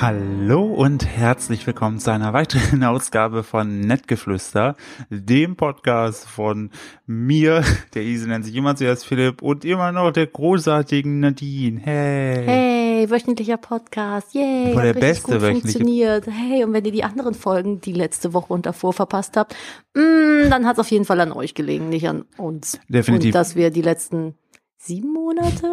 Hallo und herzlich willkommen zu einer weiteren Ausgabe von Nettgeflüster, dem Podcast von mir, der Ise nennt sich immer zuerst Philipp und immer noch der großartigen Nadine. Hey. Hey, wöchentlicher Podcast. Voll Yay. Hm. der hat richtig beste gut wöchentliche- funktioniert. Hey, und wenn ihr die anderen Folgen die letzte Woche und davor verpasst habt, mm, dann hat es auf jeden Fall an euch gelegen, nicht an uns. Definitiv. Und dass wir die letzten sieben Monate?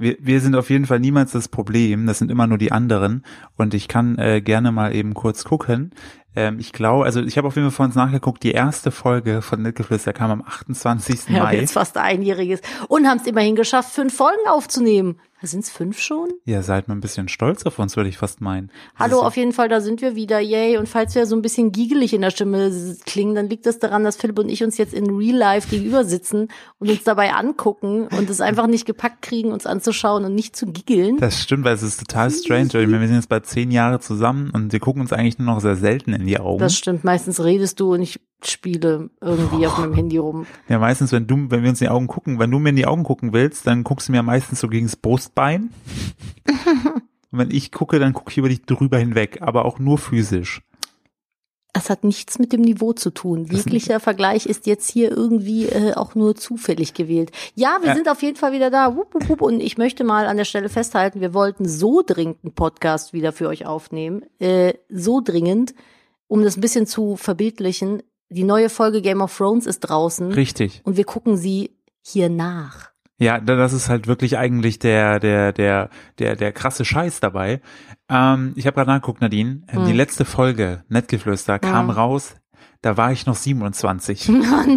Wir, wir sind auf jeden Fall niemals das Problem, das sind immer nur die anderen. Und ich kann äh, gerne mal eben kurz gucken. Ähm, ich glaube, also ich habe auf jeden Fall vor uns nachgeguckt, die erste Folge von Nettgeflüster kam am 28. Ja, Mai. jetzt fast einjähriges. Und haben es immerhin geschafft, fünf Folgen aufzunehmen. Sind es fünf schon? Ihr seid mal ein bisschen stolz auf uns, würde ich fast meinen. Das Hallo, ist- auf jeden Fall, da sind wir wieder, yay. Und falls wir so ein bisschen giegelig in der Stimme s- klingen, dann liegt das daran, dass Philipp und ich uns jetzt in Real Life gegenüber sitzen und uns dabei angucken und es einfach nicht gepackt kriegen, uns anzuschauen und nicht zu giegeln. Das stimmt, weil es ist total strange. Ich meine, wir sind jetzt bei zehn Jahre zusammen und wir gucken uns eigentlich nur noch sehr selten in die Augen. Das stimmt, meistens redest du und ich spiele irgendwie auf meinem Handy rum. Ja, meistens, wenn du, wenn wir uns in die Augen gucken, wenn du mir in die Augen gucken willst, dann guckst du mir meistens so gegens Brustbein. und wenn ich gucke, dann gucke ich über dich drüber hinweg, aber auch nur physisch. Das hat nichts mit dem Niveau zu tun. Jeglicher Vergleich ist jetzt hier irgendwie äh, auch nur zufällig gewählt. Ja, wir Ja. sind auf jeden Fall wieder da. Wupp, wupp, wupp. Und ich möchte mal an der Stelle festhalten, wir wollten so dringend einen Podcast wieder für euch aufnehmen. Äh, so dringend, um das ein bisschen zu verbildlichen. Die neue Folge Game of Thrones ist draußen Richtig. und wir gucken sie hier nach. Ja, da- das ist halt wirklich eigentlich der, der, der, der, der krasse Scheiß dabei. Ähm, ich habe gerade nachgeguckt, Nadine. Ähm, Die Hm. letzte Folge, Nettgeflüster, kam Ja. Hm. raus. Da war ich noch 27.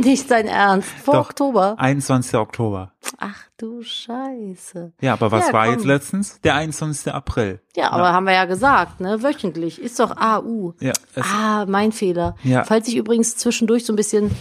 Nicht sein Ernst. Vor Doch. Oktober. 21. Oktober. Ach du Scheiße. Ja, aber was Ja, war komm. jetzt letztens? Der 21. April. Ja, aber haben wir ja gesagt, ne? Wöchentlich. Ist doch AU. Ja, es, Ah, mein Fehler. Ja. Falls ich übrigens zwischendurch so ein bisschen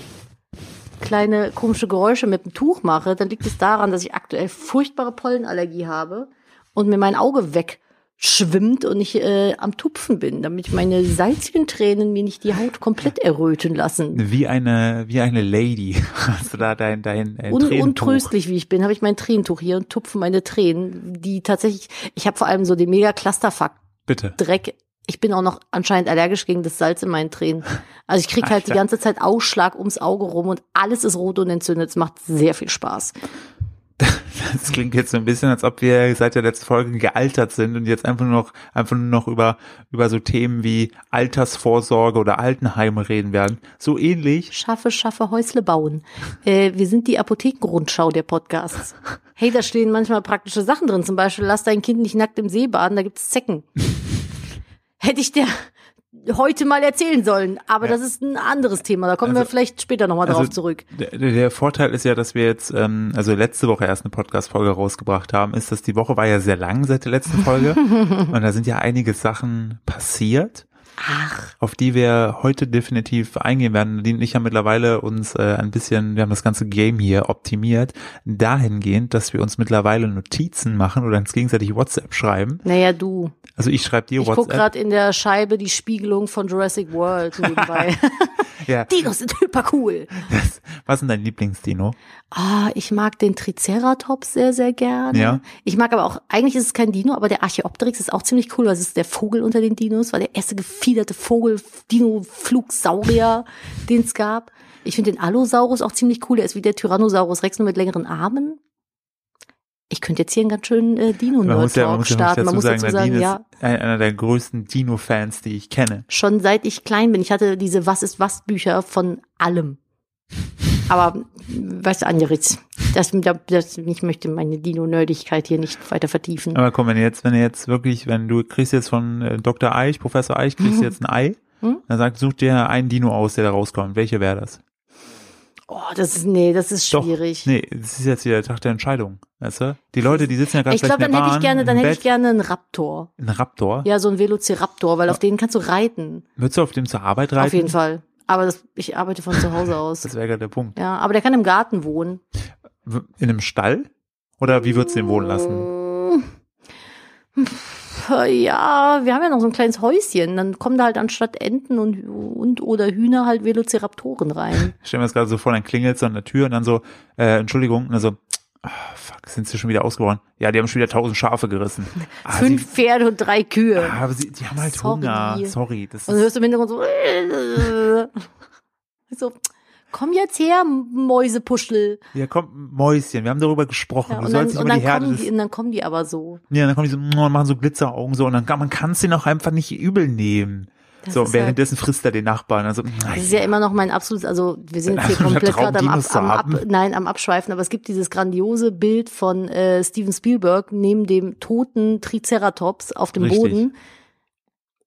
kleine komische Geräusche mit dem Tuch mache, dann liegt es daran, dass ich aktuell furchtbare Pollenallergie habe und mir mein Auge wegschwimmt und ich äh, am Tupfen bin, damit meine salzigen Tränen mir nicht die Haut komplett erröten lassen. wie eine, wie eine Lady. Hast du da dein, dein, dein Un Tränentuch. untröstlich wie ich bin, habe ich mein Tränentuch hier und tupfe meine Tränen, die tatsächlich, ich habe vor allem so den mega Clusterfuck Bitte. Dreck. Ich bin auch noch anscheinend allergisch gegen das Salz in meinen Tränen. Also ich krieg halt die Alter. ganze Zeit Ausschlag ums Auge rum und alles ist rot und entzündet. Es macht sehr viel Spaß. Das klingt jetzt so ein bisschen, als ob wir seit der letzten Folge gealtert sind und jetzt einfach nur noch, einfach nur noch über, über so Themen wie Altersvorsorge oder Altenheime reden werden. So ähnlich. Schaffe, schaffe, Häusle bauen. Äh, wir sind die Apothekenrundschau der Podcasts. Hey, da stehen manchmal praktische Sachen drin. Zum Beispiel, lass dein Kind nicht nackt im See baden, da gibt's Zecken. Hätte ich dir heute mal erzählen sollen. Aber Ja. das ist ein anderes Thema. Da kommen wir Also- vielleicht später nochmal mal also- drauf zurück. Der, der Vorteil ist ja, dass wir jetzt, ähm, also letzte Woche erst eine Podcast-Folge rausgebracht haben, ist, dass die Woche war ja sehr lang seit der letzten Folge. und da sind ja einige Sachen passiert. Ach, auf die wir heute definitiv eingehen werden. Nadine und ich haben mittlerweile uns äh, ein bisschen, wir haben das ganze Game hier optimiert, dahingehend, dass wir uns mittlerweile Notizen machen oder uns gegenseitig WhatsApp schreiben. naja, du. Also ich schreibe dir Ich guck WhatsApp. gerade in der Scheibe die Spiegelung von Jurassic World nebenbei. Ja. Dinos sind hyper cool. Was ist denn dein Lieblingsdino? Ah, ich mag den Triceratops sehr, sehr gerne. Ja. Ich mag aber auch, eigentlich ist es kein Dino, aber der Archaeopteryx ist auch ziemlich cool, weil es ist der Vogel unter den Dinos, war der erste gefiederte Vogel, Dino-Flugsaurier, den es gab. Ich finde den Allosaurus auch ziemlich cool, der ist wie der Tyrannosaurus Rex, nur mit längeren Armen. Ich könnte jetzt hier einen ganz schönen äh, Dino-Nerd-Talk starten. Man muss dazu sagen, Nadine ja. ist ein- einer der größten Dino-Fans, die ich kenne. schon seit ich klein bin. Ich hatte diese Was ist was Bücher von allem. Aber was anderes. Das, das, ich möchte meine Dino-Nerdigkeit hier nicht weiter vertiefen. Aber komm, wenn jetzt, wenn jetzt wirklich, wenn du kriegst jetzt von äh, Dr. Eich, Professor Eich, kriegst du jetzt ein Ei, Mhm. dann sagt, such dir einen Dino aus, der da rauskommt. Welcher wäre das? Oh, das ist, nee, das ist Doch, schwierig. Nee, das ist jetzt wieder Tag der Entscheidung. Weißt du? Die Leute, die sitzen ja gerade ich glaube, in dann der hätte ich Bahn, gerne, dann im hätte Bett, ich gerne einen Raptor. einen Raptor. Ja, so einen Velociraptor, weil auf den kannst du reiten. Würdest du auf dem zur Arbeit reiten? Also Auf jeden Fall. Aber das, ich arbeite von zu Hause aus. Das wäre gerade der Punkt. Ja, aber der kann im Garten wohnen. W- In einem Stall? Oder wie würdest du den wohnen lassen? Ja, wir haben ja noch so ein kleines Häuschen. Dann kommen da halt anstatt Enten und, und oder Hühner halt Velociraptoren rein. Ich stell mir das gerade so vor, dann klingelt es an der Tür und dann so, äh, Entschuldigung, und dann so, Ah, fuck, sind sie schon wieder ausgeworden? Ja, die haben schon wieder tausend Schafe gerissen. Ah, Fünf Pferde und drei Sie, Kühe. ah, aber sie, die haben halt Sorry. Also Hunger. Sorry. Das Und dann ist, hörst du im Hintergrund so. so komm jetzt her, Mäusepuschel. ja, komm, Mäuschen, wir haben darüber gesprochen. Ja, du und, dann, sollst nicht und, immer dann die Herde kommen des die, und dann kommen die aber so. Ja, dann kommen die so, mm, und machen so Glitzeraugen so und dann kann man kann es den auch einfach nicht übel nehmen. Das so, ist halt währenddessen frisst er den Nachbarn. Also, nein. Das ist ja immer noch mein absolutes, also wir sind jetzt hier Einfach nur komplett Traum, gerade am, ab, Dinos zu am, ab, haben. nein, am Abschweifen, aber es gibt dieses grandiose Bild von äh, Steven Spielberg neben dem toten Triceratops auf dem Richtig. Boden.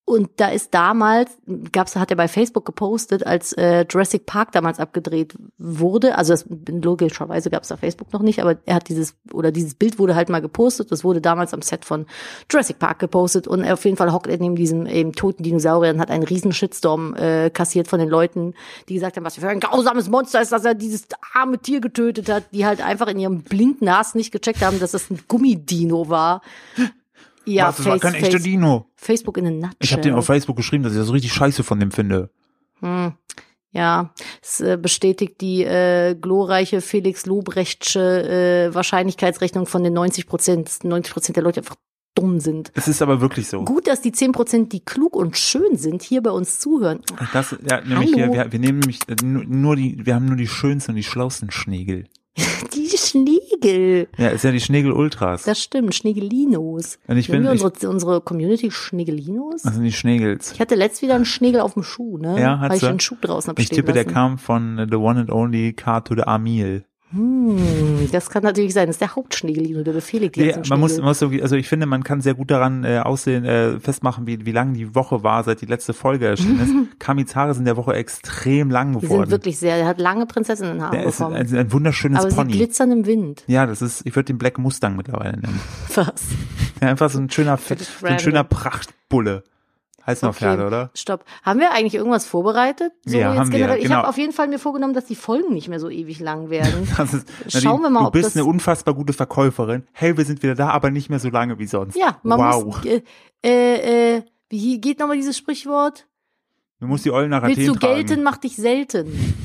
Und da ist damals, gab's, hat er bei Facebook gepostet, als äh, Jurassic Park damals abgedreht wurde. Also das, logischerweise gab's da Facebook noch nicht, aber er hat dieses, oder dieses Bild wurde halt mal gepostet. Das wurde damals am Set von Jurassic Park gepostet. Und auf jeden Fall hockt er neben diesem eben toten Dinosaurier und hat einen riesen Shitstorm äh, kassiert von den Leuten, die gesagt haben, was für ein grausames Monster ist, dass er dieses arme Tier getötet hat, die halt einfach in ihrem blinden Hass nicht gecheckt haben, dass das ein Gummidino war. Ja, was, das war face, kein echter face, Dino. Facebook in a nutshell. Ich habe dem auf Facebook geschrieben, dass ich das so richtig scheiße von dem finde. Hm. Ja, es äh, bestätigt die äh, glorreiche Felix Lobrechtsche äh, Wahrscheinlichkeitsrechnung von den 90 Prozent. 90 Prozent der Leute einfach dumm sind. Es ist aber wirklich so. Gut, dass die 10 Prozent, die klug und schön sind, hier bei uns zuhören. Das, ja, nämlich Hallo. wir, wir, wir nehmen nämlich äh, nu- nur die, wir haben nur die schönsten und die schlausten Schnegel. Die Schnegel. Ja, ist ja die Schnegel Ultras. Das stimmt, Schnegelinos. Und ich Nennen bin, wir ich, unsere, unsere Community Schnegelinos? das sind die Schnegels. Ich hatte letzt wieder einen Schnegel auf dem Schuh, ne? Ja, Weil ich hat's, einen Schuh draußen hab Ich stehen tippe, der lassen. kam von äh, The One and Only Car to the Amil. Hm, das kann natürlich sein. Das ist der Hauptschnegelino, der befehligt die Ja, ganzen man muss, Schnegel. muss irgendwie, also ich finde, man kann sehr gut daran äh, aussehen, äh, festmachen, wie, wie lang die Woche war, seit die letzte Folge erschienen ist. Kamis Haare sind der Woche extrem lang Die sind geworden. wirklich sehr, er hat lange Prinzessinnenhaare Der ist ein, bekommen. ein, ein wunderschönes aber sie Pony. glitzern im Wind. Ja, das ist, ich würde den Black Mustang mittlerweile nennen. Was? Ja, einfach so ein schöner, Fe- Das ist so ein schöner Prachtbulle. Heißt noch Okay. Pferde, oder? Stopp. Haben wir eigentlich irgendwas vorbereitet? So Ja, jetzt haben wir, generell. Ich genau. habe auf jeden Fall mir vorgenommen, dass die Folgen nicht mehr so ewig lang werden. Das ist, Schauen wir mal, du ob bist das- eine unfassbar gute Verkäuferin. Hey, wir sind wieder da, aber nicht mehr so lange wie sonst. ja, man wow. muss. Äh, äh, äh, wie geht nochmal dieses Sprichwort? Du musst die Eulen nach Willst Athen du gelten, tragen. mach dich selten.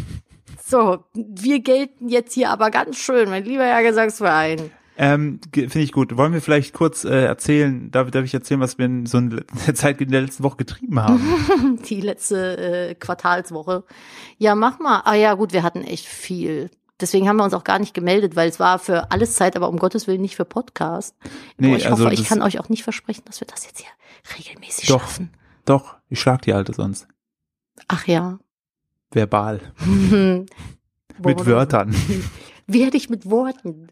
So, wir gelten jetzt hier aber ganz schön, mein lieber Herr Gesangsverein. Ähm, ge- Finde ich gut. Wollen wir vielleicht kurz äh, erzählen, darf, darf ich erzählen, was wir in so in der Zeit in der letzten Woche getrieben Mhm. haben? Die letzte äh, Quartalswoche. Ja, mach mal. Ah ja, gut, wir hatten echt viel. Deswegen haben wir uns auch gar nicht gemeldet, weil es war für alles Zeit, aber um Gottes Willen nicht für Podcast. Nee, Nee, ich also hoffe, ich das- kann euch auch nicht versprechen, dass wir das jetzt hier regelmäßig Doch. schaffen. Doch, ich schlag die Alte sonst. Ach ja. Verbal. Worüber- Mit Wörtern. Werde ich mit Worten.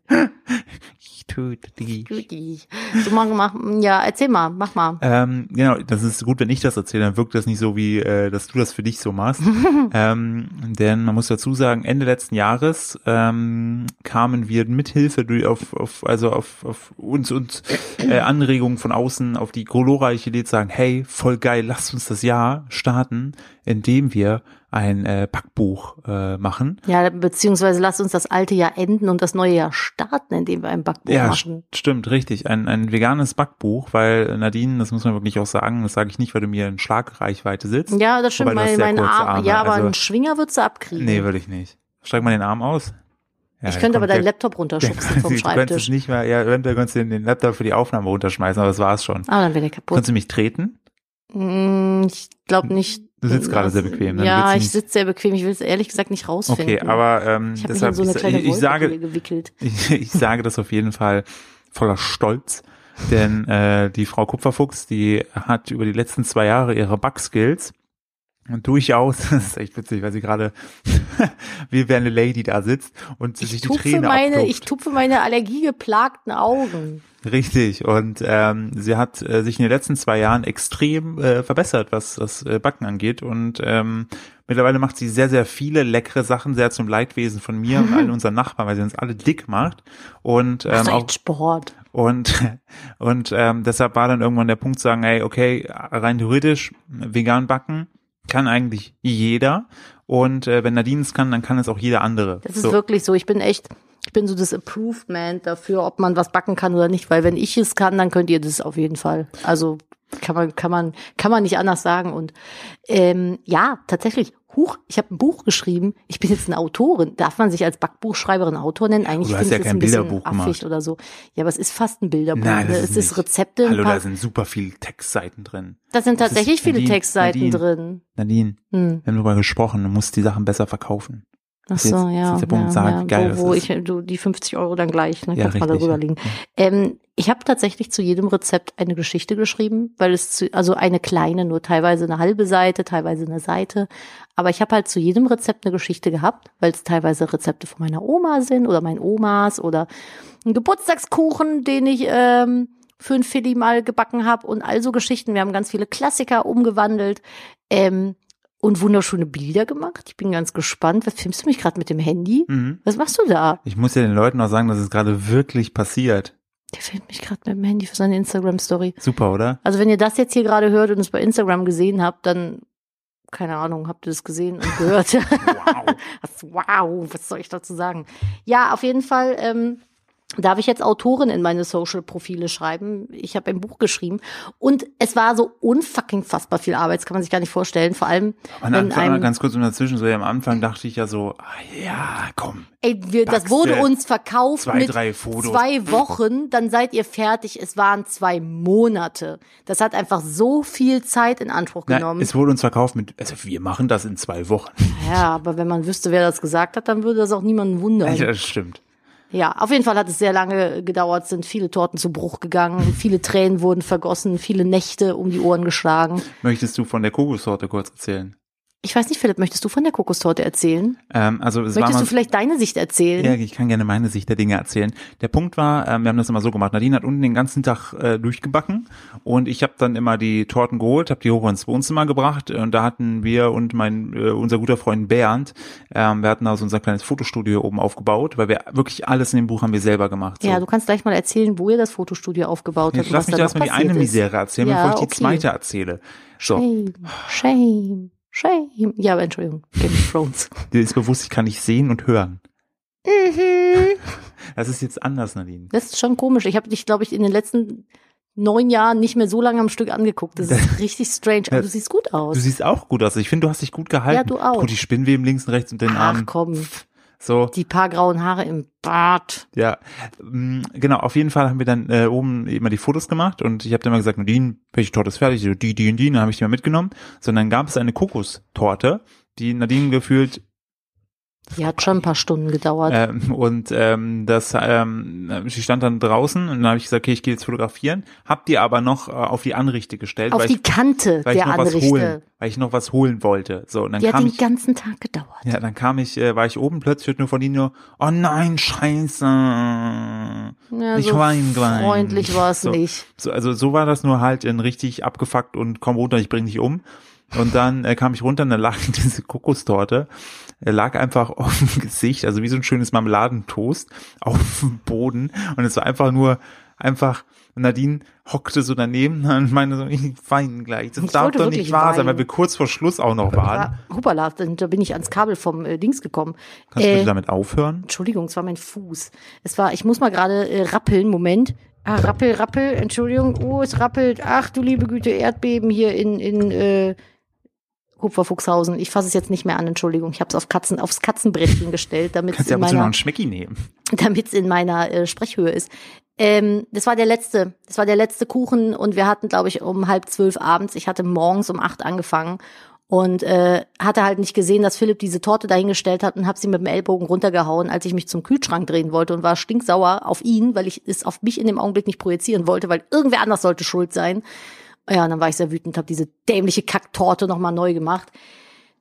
Ich töte dich. Guti. So, mach, mach, ja, erzähl mal, mach mal. Ähm, genau, das ist gut, wenn ich das erzähle, dann wirkt das nicht so wie, äh, dass du das für dich so machst. ähm, denn man muss dazu sagen, Ende letzten Jahres ähm, kamen wir mithilfe durch auf, auf also auf, auf uns und äh, Anregungen von außen auf die glorreiche Idee zu sagen, hey, voll geil, lasst uns das Jahr starten, indem wir ein äh, Backbuch äh, machen. Ja, beziehungsweise lasst uns das alte Jahr enden und das neue Jahr starten, indem wir ein Backbuch Ja, machen. st- stimmt, richtig. Ein, ein veganes Backbuch, weil Nadine, das muss man wirklich auch sagen, das sage ich nicht, weil du mir in Schlagreichweite sitzt. Ja, das stimmt. Wobei, du hast Mein, sehr mein kurze Arm, Arme, ja, aber also- einen Schwinger würdest du abkriegen. Nee, würde ich nicht. Streck mal den Arm aus. Ja, ich dann könnte aber kommt der- deinen Laptop der- runterschubsen vom Du könntest Schreibtisch. nicht mehr, ja, eventuell könntest du den- den Laptop für die Aufnahme runterschmeißen, aber das war's schon. Ah, dann wäre der kaputt. Kannst du mich treten? Mm, Ich glaube Hm. nicht. Du sitzt gerade sehr bequem, ne? Du willst Äh, Ja, ich nicht- sitze sehr bequem. Ich will es ehrlich gesagt nicht rausfinden. Okay, aber ähm, ich habe mich in deshalb so eine ich, kleine ich, ich Wolke sage, gewickelt. ich, ich sage das auf jeden Fall voller Stolz, denn äh, die Frau Kupferfuchs, die hat über die letzten zwei Jahre ihre Backskills und durchaus, das ist echt witzig, weil sie gerade wie wäre eine Lady da sitzt und sich Ich die tupfe, Träne Ähm, meine, abtupft. ich tupfe meine allergiegeplagten Augen. Richtig. Und ähm, sie hat äh, sich in den letzten zwei Jahren extrem äh, verbessert, was das äh, Backen angeht. Und ähm, mittlerweile macht sie sehr, sehr viele leckere Sachen, sehr zum Leidwesen von mir und Mhm. allen unseren Nachbarn, weil sie uns alle dick macht. Und ähm, Mach auch echt Sport. und und ähm, deshalb war dann irgendwann der Punkt zu sagen, hey, okay, rein theoretisch vegan backen kann eigentlich jeder. Und äh, wenn Nadine es kann, dann kann es auch jeder andere. Das ist So. wirklich so. Ich bin echt, Ich bin so das Approved Man dafür, ob man was backen kann oder nicht, weil wenn ich es kann, dann könnt ihr das auf jeden Fall. Also kann man kann man kann man nicht anders sagen und ähm, ja tatsächlich huch ich habe ein Buch geschrieben ich bin jetzt eine Autorin darf man sich als Backbuchschreiberin Autor nennen eigentlich Du hast finde ja ich das kein ein bisschen Bilderbuch affig gemacht. oder so ja aber es ist fast ein Bilderbuch Nein, ne? das es ist ist, nicht. Rezepte Hallo, ein paar, da sind super viele Textseiten drin. da sind das ist tatsächlich viele Nadine, Textseiten Nadine. drin Nadine, hm. wir haben darüber gesprochen, du musst die Sachen besser verkaufen. ach Ist so jetzt- ja, ist ja, jetzt der Punkt, ja, sag, wie geil das wo, wo ist. ich du die 50 Euro dann gleich ne Ja, kannst mal richtig, darüber ja. liegen Ähm, ich habe tatsächlich zu jedem Rezept eine Geschichte geschrieben, weil es zu, also eine kleine, nur teilweise eine halbe Seite, teilweise eine Seite. Aber ich habe halt zu jedem Rezept eine Geschichte gehabt, weil es teilweise Rezepte von meiner Oma sind oder meinen Omas oder ein Geburtstagskuchen, den ich ähm, für ein Philly mal gebacken habe und all so Geschichten. Wir haben ganz viele Klassiker umgewandelt ähm, und wunderschöne Bilder gemacht. Ich bin ganz gespannt. Was filmst du mich gerade mit dem Handy? Mhm. Was machst du da? Ich muss ja den Leuten auch sagen, dass es gerade wirklich passiert. Der filmt mich gerade mit dem Handy für seine Instagram-Story. Super, oder? Also wenn ihr das jetzt hier gerade hört und es bei Instagram gesehen habt, dann keine Ahnung, habt ihr das gesehen und gehört? Wow. Was- wow, was soll ich dazu sagen? Ja, auf jeden Fall ähm, darf ich jetzt Autorin in meine Social-Profile schreiben. Ich habe ein Buch geschrieben und es war so unfucking fassbar viel Arbeit, das kann man sich gar nicht vorstellen. Vor allem, Am wenn Anfang, einem, ganz kurz und dazwischen, so ja, am Anfang dachte ich ja so, ah, ja, komm, ey, wir, das Backste wurde uns verkauft zwei, mit drei Fotos. zwei Wochen, dann seid ihr fertig. Es waren zwei Monate. Das hat einfach so viel Zeit in Anspruch Na, genommen. es wurde uns verkauft mit, also wir machen das in zwei Wochen. Ja, aber wenn man wüsste, wer das gesagt hat, dann würde das auch niemanden wundern. Ja, das stimmt. Ja, auf jeden Fall hat es sehr lange gedauert, sind viele Torten zu Bruch gegangen, viele Tränen wurden vergossen, viele Nächte um die Ohren geschlagen. Möchtest du von der Kokossorte kurz erzählen? Ich weiß nicht, Philipp, möchtest du von der Kokostorte erzählen? Ähm, also es war Möchtest mal, du vielleicht deine Sicht erzählen? Ja, ich kann gerne meine Sicht der Dinge erzählen. Der Punkt war, ähm, wir haben das immer so gemacht. Nadine hat unten den ganzen Tag äh, durchgebacken und ich habe dann immer die Torten geholt, habe die hoch ins Wohnzimmer gebracht äh, und da hatten wir und mein äh, unser guter Freund Bernd, ähm, wir hatten da so unser kleines Fotostudio oben aufgebaut, weil wir wirklich alles in dem Buch haben wir selber gemacht. So. Ja, du kannst gleich mal erzählen, wo ihr das Fotostudio aufgebaut habt Jetzt und lass was mich da noch erstmal die eine passiert ist. Misere erzählen, Ja, bevor ich die okay. zweite erzähle. So, Shame, shame, shame. Ja, aber Entschuldigung, Game of Thrones. dir ist bewusst, ich kann nicht sehen und hören. Mhm. Das ist jetzt anders, Nadine. Das ist schon komisch. Ich habe dich, glaube ich, in den letzten neun Jahren nicht mehr so lange am Stück angeguckt. Das ist richtig strange. Aber du siehst gut aus. Du siehst auch gut aus. Ich finde, du hast dich gut gehalten. Ja, du auch. Gut, die Spinnweben links und rechts und den Arm. Ach komm, So. die paar grauen Haare im Bart. Ja, mm, genau, auf jeden Fall haben wir dann äh, oben immer die Fotos gemacht und ich habe dann immer gesagt, Nadine, welche Torte ist fertig? Die, die, die und die, dann habe ich die mal mitgenommen. Sondern gab es eine Kokostorte, die Nadine gefühlt Die hat schon ein paar Stunden gedauert. ähm, und ähm, das, ähm, sie stand dann draußen und dann habe ich gesagt, okay, ich gehe jetzt fotografieren, hab die aber noch äh, auf die Anrichte gestellt, Auf weil, die ich, Kante weil ich der noch was holen, Anrichte. weil ich noch was holen wollte. So und dann Die hat kam den ich, ganzen Tag gedauert. ja, dann kam ich, äh, war ich oben, plötzlich hört nur von ihnen nur, oh nein, Scheiße. Ja, Ich so wein gleich. freundlich war es So. nicht. So, also so war das nur halt in richtig abgefuckt und komm runter, ich bring dich um. Und dann äh, kam ich runter und dann lag diese Kokostorte, äh, lag einfach auf dem Gesicht, also wie so ein schönes Marmeladentoast auf dem Boden. Und es war einfach nur, einfach, Nadine hockte so daneben und meinte so, ich weine gleich. Das Ich darf wollte doch nicht wirklich wahr sein, weinen. weil wir kurz vor Schluss auch noch waren. Ah, Hupala, dann- da bin ich ans Kabel vom äh, Dings gekommen. Kannst du Äh, bitte damit aufhören? Entschuldigung, es war mein Fuß. Es war, ich muss mal gerade äh, rappeln, Moment. Ah, rappel, rappel, Entschuldigung. Oh, es rappelt. Ach du liebe Güte, Erdbeben hier in, in äh, Kupferfuchshausen. Ich fasse es jetzt nicht mehr an, Entschuldigung. Ich habe es auf Katzen, aufs Katzenbrettchen gestellt, damit es Kannst ja in ab und zu noch meiner einen Schmecki nehmen. damit es in meiner äh, Sprechhöhe ist. Ähm, das war der letzte, das war der letzte Kuchen und wir hatten, glaube ich, um halb zwölf abends. Ich hatte morgens um acht angefangen und äh, hatte halt nicht gesehen, dass Philipp diese Torte dahingestellt hat und habe sie mit dem Ellbogen runtergehauen, als ich mich zum Kühlschrank drehen wollte und war stinksauer auf ihn, weil ich es auf mich in dem Augenblick nicht projizieren wollte, weil irgendwer anders sollte schuld sein. Ja, und dann war ich sehr wütend, habe diese dämliche Kacktorte nochmal neu gemacht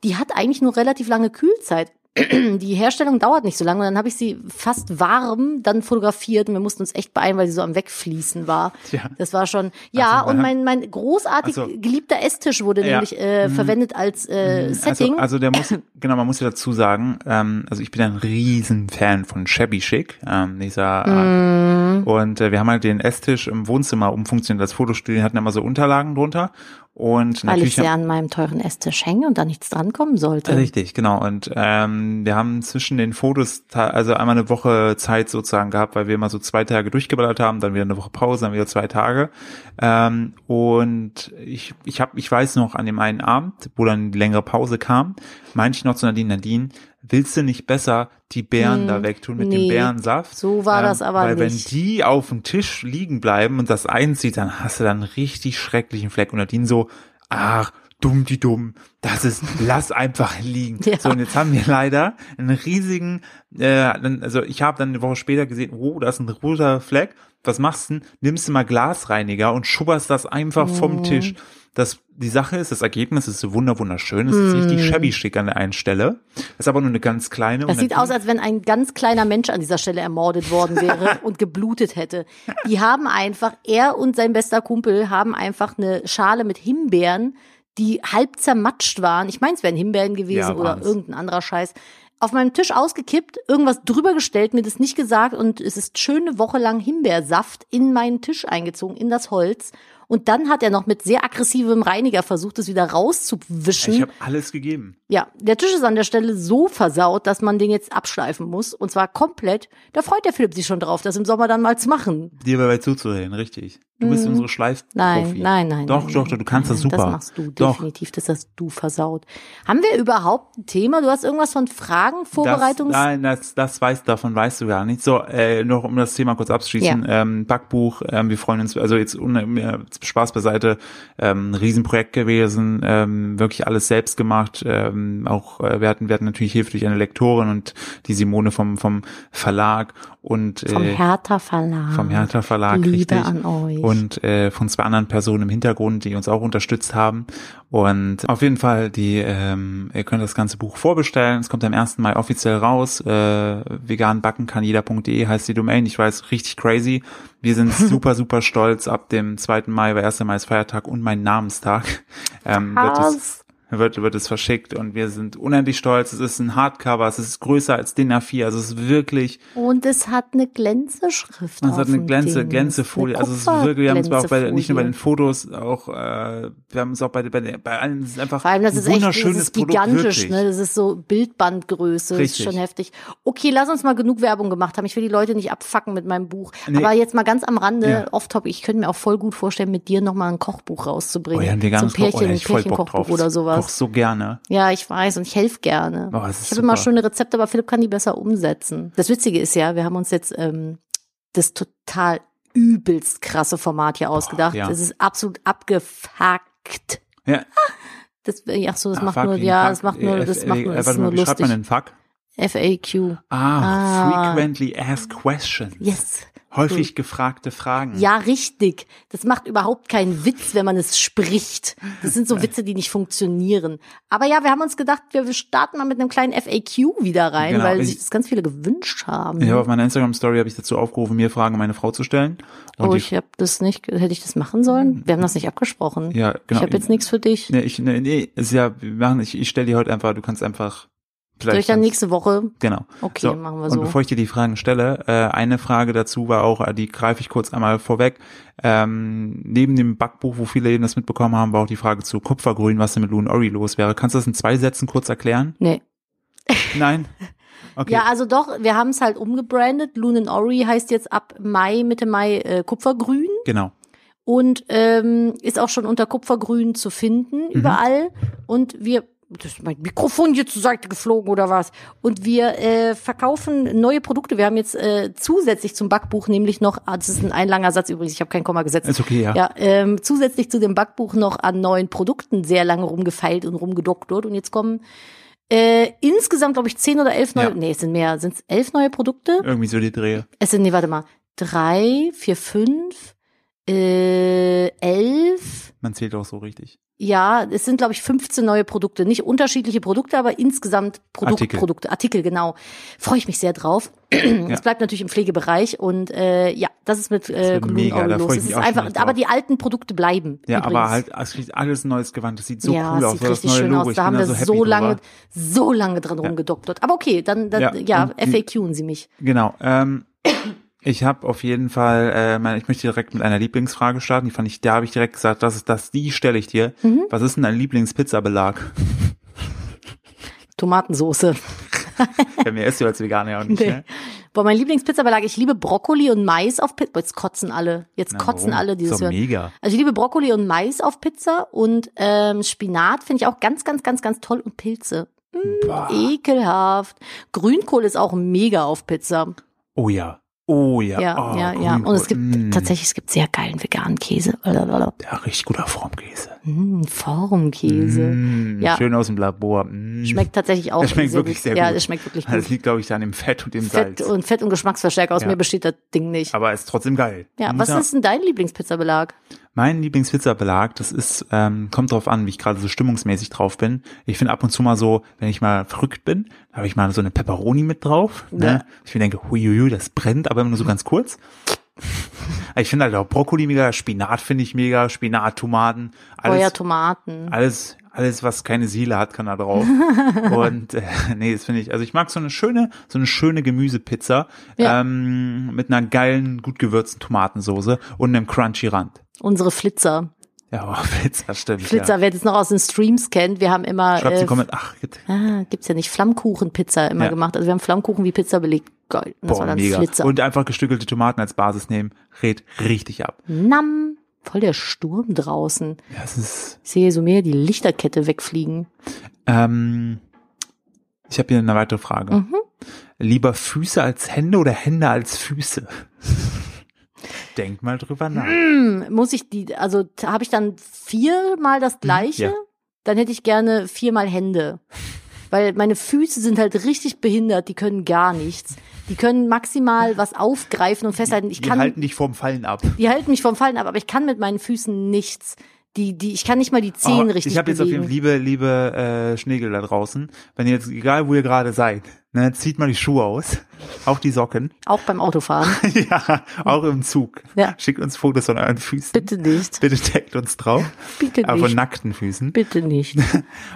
die hat eigentlich nur relativ lange Kühlzeit. Die Herstellung dauert nicht so lange und dann habe ich sie fast warm dann fotografiert und wir mussten uns echt beeilen, weil sie so am Wegfließen war. Tja. Also Das war schon, ja, Ach so, und ja. mein, mein großartig Ach so. geliebter Esstisch wurde Also Ja. nämlich äh, Mhm. verwendet als äh, Also, Setting. also der muss, genau, man muss ja dazu sagen, ähm, also ich bin ein riesen Fan von Shabby Chic, ähm, dieser äh, und äh, wir haben halt den Esstisch im Wohnzimmer umfunktioniert als Fotostudio, hatten immer so Unterlagen drunter und weil ich natürlich sehr an meinem teuren Esstisch hänge und da nichts drankommen sollte. Richtig, genau. Und ähm, wir haben zwischen den Fotos ta- also einmal eine Woche Zeit sozusagen gehabt, weil wir immer so zwei Tage durchgeballert haben, dann wieder eine Woche Pause, dann wieder zwei Tage. Ähm, und ich ich habe ich weiß noch an dem einen Abend, wo dann die längere Pause kam, meinte ich noch zu Nadine, Nadine, willst du nicht besser die Beeren da wegtun mit dem Hm, nee, Beerensaft? so war das aber weil nicht. Wenn die auf dem Tisch liegen bleiben und das einzieht, dann hast du dann einen richtig schrecklichen Fleck. Und Nadine so, ach, dumm die dumm, das ist, lass einfach liegen. Ja. So, und jetzt haben wir leider einen riesigen, äh, dann- also ich habe dann eine Woche später gesehen, oh, da ist ein roter Fleck. Was machst du denn? Nimmst du mal Glasreiniger und schubberst das einfach Mhm. vom Tisch. Das, die Sache ist, das Ergebnis ist so wunder wunderschön. Es ist richtig shabby schick an der einen Stelle. Ist aber nur eine ganz kleine. Mhm. Das und sieht dann- aus, als wenn ein ganz kleiner Mensch an dieser Stelle ermordet worden wäre und geblutet hätte. Die haben einfach, er und sein bester Kumpel haben einfach eine Schale mit Himbeeren, die halb zermatscht waren. Ich meine, es wären Himbeeren gewesen Ja, oder waren's. irgendein anderer Scheiß. Auf meinem Tisch ausgekippt, irgendwas drüber gestellt, mir das nicht gesagt und es ist schöne Woche lang Himbeersaft in meinen Tisch eingezogen, in das Holz. Und dann hat er noch mit sehr aggressivem Reiniger versucht, es wieder rauszuwischen. Ich habe alles gegeben. Ja, der Tisch ist an der Stelle so versaut, dass man den jetzt abschleifen muss. Und zwar komplett. Da freut der Philipp sich schon drauf, das im Sommer dann mal zu machen. Dir dabei zuzureden, richtig. Du bist unsere Schleifprofi. Mhm. Nein, nein, nein. Doch, nein, doch, doch, du kannst das super. Das machst du Doch. definitiv, das hast du versaut. Haben wir überhaupt ein Thema? Du hast irgendwas von Fragen, Vorbereitungs... Das, nein, das, das weißt, davon weißt du gar nicht. So, äh, noch um das Thema kurz abzuschließen. Ähm, Backbuch, ähm, wir freuen uns, also jetzt ohne mehr Spaß beiseite, ähm, ein Riesenprojekt gewesen, ähm, wirklich alles selbst gemacht. Ähm, auch äh, wir hatten, wir hatten natürlich Hilfe durch eine Lektorin und die Simone vom vom Verlag und vom äh, Hertha Verlag. vom Hertha Verlag, Ah, Liebe richtig. an euch. Und äh, von zwei anderen Personen im Hintergrund, die uns auch unterstützt haben. Und auf jeden Fall, die, ähm, ihr könnt das ganze Buch vorbestellen. Es kommt am 1. Mai offiziell raus. Äh, veganbackenkannjeder.de heißt die Domain. Ich weiß, richtig crazy. Wir sind super, super stolz. Ab dem 2. Mai, weil 1. Mai ist Feiertag und mein Namenstag. Ähm, wird es- Was? wird, wird es verschickt und wir sind unendlich stolz. Es ist ein Hardcover, es ist größer als DIN A4, also es ist wirklich Und es hat eine Glänzeschrift und es Also hat auf eine dem Glänze, Ding. Glänzefolie. Eine Also es ist wirklich, wir haben es auch bei, nicht nur bei Kupferglänzefolie. den Fotos, auch äh, wir haben es auch bei, den- bei, den- bei allen, es ist einfach Vor allem, das ein ist echt, das wunderschönes ist Produkt, gigantisch, wirklich. ne? Das ist so Bildbandgröße, das ist Richtig. schon heftig. Okay, lass uns mal genug Werbung gemacht haben. Ich will die Leute nicht abfacken mit meinem Buch. Nee. Aber jetzt mal ganz am Rande, Ja. off-top, ich könnte mir auch voll gut vorstellen, mit dir nochmal ein Kochbuch Oh, rauszubringen. ja, ein veganes so ein Pärchen, Koch, oh, da hätte ich voll Bock drauf. Pärchenkochbuch oder Koch sowas. so gerne. Ja, ich weiß und ich helfe gerne. Oh, das ist ich habe immer super. schöne Rezepte, aber Philipp kann die besser umsetzen. Das Witzige ist ja, wir haben uns jetzt ähm, das total übelst krasse Format hier ausgedacht. ja. Es ist absolut abgefuckt. Ja, Das, ach so, das ah, macht fuck, nur, wie ein ja, Fuck. das macht nur, Äh, das F- macht äh, nur, das ist warte nur mal, wie schreibt man lustig. denn Fuck? FAQ. Ah, Ah. frequently asked questions. Yes. Häufig gefragte Fragen. Ja, richtig. Das macht überhaupt keinen Witz, wenn man es spricht. Das sind so Witze, die nicht funktionieren. Aber ja, wir haben uns gedacht, wir wir starten mal mit einem kleinen FAQ wieder rein, Genau, weil ich- sich das ganz viele gewünscht haben. Ich habe auf meiner Instagram-Story habe ich dazu aufgerufen, mir Fragen an meine Frau zu stellen. Und oh, die- Hm. ich habe das nicht, hätte ich das machen sollen? Wir haben das nicht abgesprochen. Ja, genau. Ich habe jetzt nichts für dich. Nee, ich, nee, nee, ist ja, wir machen, ich, ich stelle dir heute einfach, du kannst einfach Soll vielleicht. ich dann kannst- nächste Woche? Genau. Okay, So, machen wir und so. bevor ich dir die Fragen stelle, äh, eine Frage dazu war auch, äh, die greife ich kurz einmal vorweg. Ähm, neben dem Backbuch, wo viele eben das mitbekommen haben, war auch die Frage zu Kupfergrün, was denn mit Lou Ori los wäre. Kannst du das in zwei Sätzen kurz erklären? Nee. Nein? Okay. Ja, also doch, wir haben es halt umgebrandet. Lunan Ori heißt jetzt ab Mai, Mitte Mai äh, Kupfergrün. Genau. und ähm, ist auch schon unter Kupfergrün zu finden überall. Und wir, das ist mein Mikrofon hier zur Seite geflogen oder was? Und wir äh, verkaufen neue Produkte. Wir haben jetzt äh, zusätzlich zum Backbuch nämlich noch, ah, das ist ein, ein langer Satz übrigens, ich habe kein Komma gesetzt. Ist okay, ja. Ja, ähm, zusätzlich zu dem Backbuch noch an neuen Produkten sehr lange rumgefeilt und rumgedoktert. Und jetzt kommen äh, insgesamt, glaube ich, zehn oder elf neue, Ja. nee, es sind mehr, sind es elf neue Produkte? Irgendwie so die Drehe. Es sind, nee, warte mal, drei, vier, fünf, äh, elf. Man zählt auch so richtig. Ja, es sind, glaube ich, 15 neue Produkte. Nicht unterschiedliche Produkte, aber insgesamt Produkt, Artikel. Produkte, Artikel, genau. Freue ich mich sehr drauf. Es bleibt natürlich im Pflegebereich und äh, ja, Das ist mit äh, wird mega, Kolonenauge da los. freu ich Das mich ist auch schon einfach, echt aber drauf. die alten Produkte bleiben. Ja, aber übrigens. halt, es kriegt alles ein neues Gewand. Das sieht so ja, cool es aus. sieht oder? das richtig neue schön Logo. aus. Ich Da bin haben wir so, happy so lange, drüber. so lange dran rumgedoktert. Aber okay, dann, dann Ja, ja, und die- FAQen Sie mich. Genau. Ähm, ich habe auf jeden Fall, äh, meine, ich möchte direkt mit einer Lieblingsfrage starten. Die fand ich, da habe ich direkt gesagt, das ist das, die stelle ich dir. Mhm. Was ist denn dein Lieblingspizzabelag? Tomatensoße. ja, mehr isst du als Veganer und nicht, Nee. ne? Boah, mein Lieblingspizzabelag, ich liebe Brokkoli und Mais auf Pizza. Jetzt kotzen alle. Jetzt Na, kotzen warum? alle dieses Ist doch Jahr. mega. Also ich liebe Brokkoli und Mais auf Pizza und ähm, Spinat finde ich auch ganz, ganz, ganz, ganz toll und Pilze. Boah. Ekelhaft. Grünkohl ist auch mega auf Pizza. Oh ja. Oh ja. Ja, oh, ja, ja. Und es gibt Grünkohl. Mm. tatsächlich, es gibt sehr geilen veganen Käse. Ja, richtig guter Formkäse. Mm, Formkäse. Mm, Ja. Schön aus dem Labor. Mm. Schmeckt tatsächlich auch Das schmeckt sehr wirklich gut. sehr Ja, gut. das schmeckt wirklich Das gut. liegt, glaube ich, an dem Fett und dem Fett Salz. und Fett und Geschmacksverstärker aus Ja. mir besteht das Ding nicht. Aber ist trotzdem geil. Mm, Ja, was Guter- ist denn dein Lieblingspizzabelag? Mein Lieblingspizzabelag, das ist, ähm, kommt drauf an, wie ich gerade so stimmungsmäßig drauf bin. Ich finde ab und zu mal so, wenn ich mal verrückt bin, da habe ich mal so eine Pepperoni mit drauf. Ne? Ich mir denke, huiuiui, das brennt, aber immer nur so ganz kurz. Ich finde halt auch Brokkoli mega, Spinat finde ich mega, Spinat, Tomaten, alles, Euer Tomaten. alles, alles, was keine Seele hat, kann da drauf. und äh, nee, das finde ich, also ich mag so eine schöne, so eine schöne Gemüsepizza Ja. ähm, mit einer geilen, gut gewürzten Tomatensoße und einem crunchy Rand. Unsere Flitzer. Ja, boah, Flitzer, stimmt. Flitzer, ja. wer das noch aus den Streams kennt, wir haben immer, Schreibt äh, einen Kommentar. Ach, jetzt- ah, gibt's ja nicht, Flammkuchenpizza immer Ja. gemacht. Also wir haben Flammkuchen wie Pizza belegt. Geil. Und das war boah, dann mega. Flitzer. Und einfach gestückelte Tomaten als Basis nehmen, rät richtig ab. Nam. Voll der Sturm draußen. Ja, es ist, Ich sehe so mehr die Lichterkette wegfliegen. ähm, ich habe hier eine weitere Frage. Mhm. Lieber Füße als Hände oder Hände als Füße? Denk mal drüber nach. Hm, muss ich die, also habe ich dann viermal das gleiche? Mhm, ja. Dann hätte ich gerne viermal Hände. Weil meine Füße sind halt richtig behindert, die können gar nichts. Die können maximal was aufgreifen und festhalten. Ich Die kann halten dich vom Fallen ab. Die halten mich vom Fallen ab, aber ich kann mit meinen Füßen nichts. Die, die, ich kann nicht mal die Zehen Oh, richtig ich habe jetzt auf jeden bewegen. Fall, liebe, liebe äh, Schnegel da draußen, wenn ihr jetzt, egal wo ihr gerade seid, ne, zieht mal die Schuhe aus, auch die Socken, auch beim Autofahren. ja, auch im Zug. Ja. Schickt uns Fotos von euren Füßen. Bitte nicht. Bitte taggt uns drauf. Bitte Aber von nicht. nackten Füßen. Bitte nicht.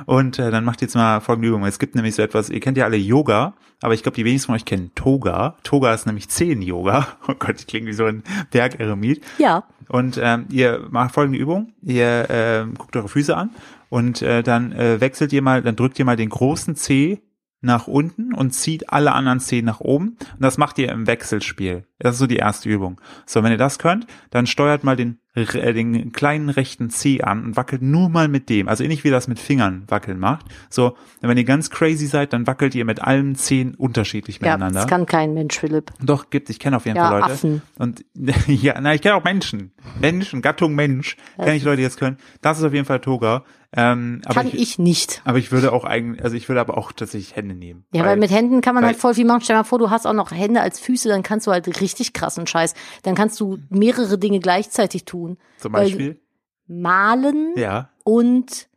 Und äh, dann macht jetzt mal folgende Übung. Es gibt nämlich so etwas, ihr kennt ja alle Yoga, aber ich glaube, die wenigsten von euch kennen Toga. Toga ist nämlich Zehen-Yoga. Oh Gott, ich klinge wie so ein Bergeremit. Ja. Und ähm, ihr macht folgende Übung. Ihr ähm, guckt eure Füße an und äh, dann äh, wechselt ihr mal, dann drückt ihr mal den großen Zeh nach unten und zieht alle anderen Zehen nach oben. Und das macht ihr im Wechselspiel. Das ist so die erste Übung. So, wenn ihr das könnt, dann steuert mal den, r- äh, den kleinen rechten Zeh an und wackelt nur mal mit dem. Also ähnlich wie das mit Fingern wackeln macht. So, wenn ihr ganz crazy seid, dann wackelt ihr mit allen Zehen unterschiedlich Ja, miteinander. das kann kein Mensch, Philipp. Doch, gibt Ich kenne auf jeden Ja, Fall Leute. Affen. Und ja, na, ich kenne auch Menschen. Menschen, Gattung Mensch. Kenne ich Leute, die das können. Das ist auf jeden Fall Toga. Ähm, aber Kann ich, ich nicht. aber ich würde auch eigentlich, also ich würde aber auch tatsächlich Hände nehmen. Ja, weil mit Händen kann man weil- halt voll viel machen. Stell dir mal vor, du hast auch noch Hände als Füße, dann kannst du halt richtig krassen Scheiß. Dann kannst du mehrere Dinge gleichzeitig tun. zum weil- Beispiel. Malen ja. und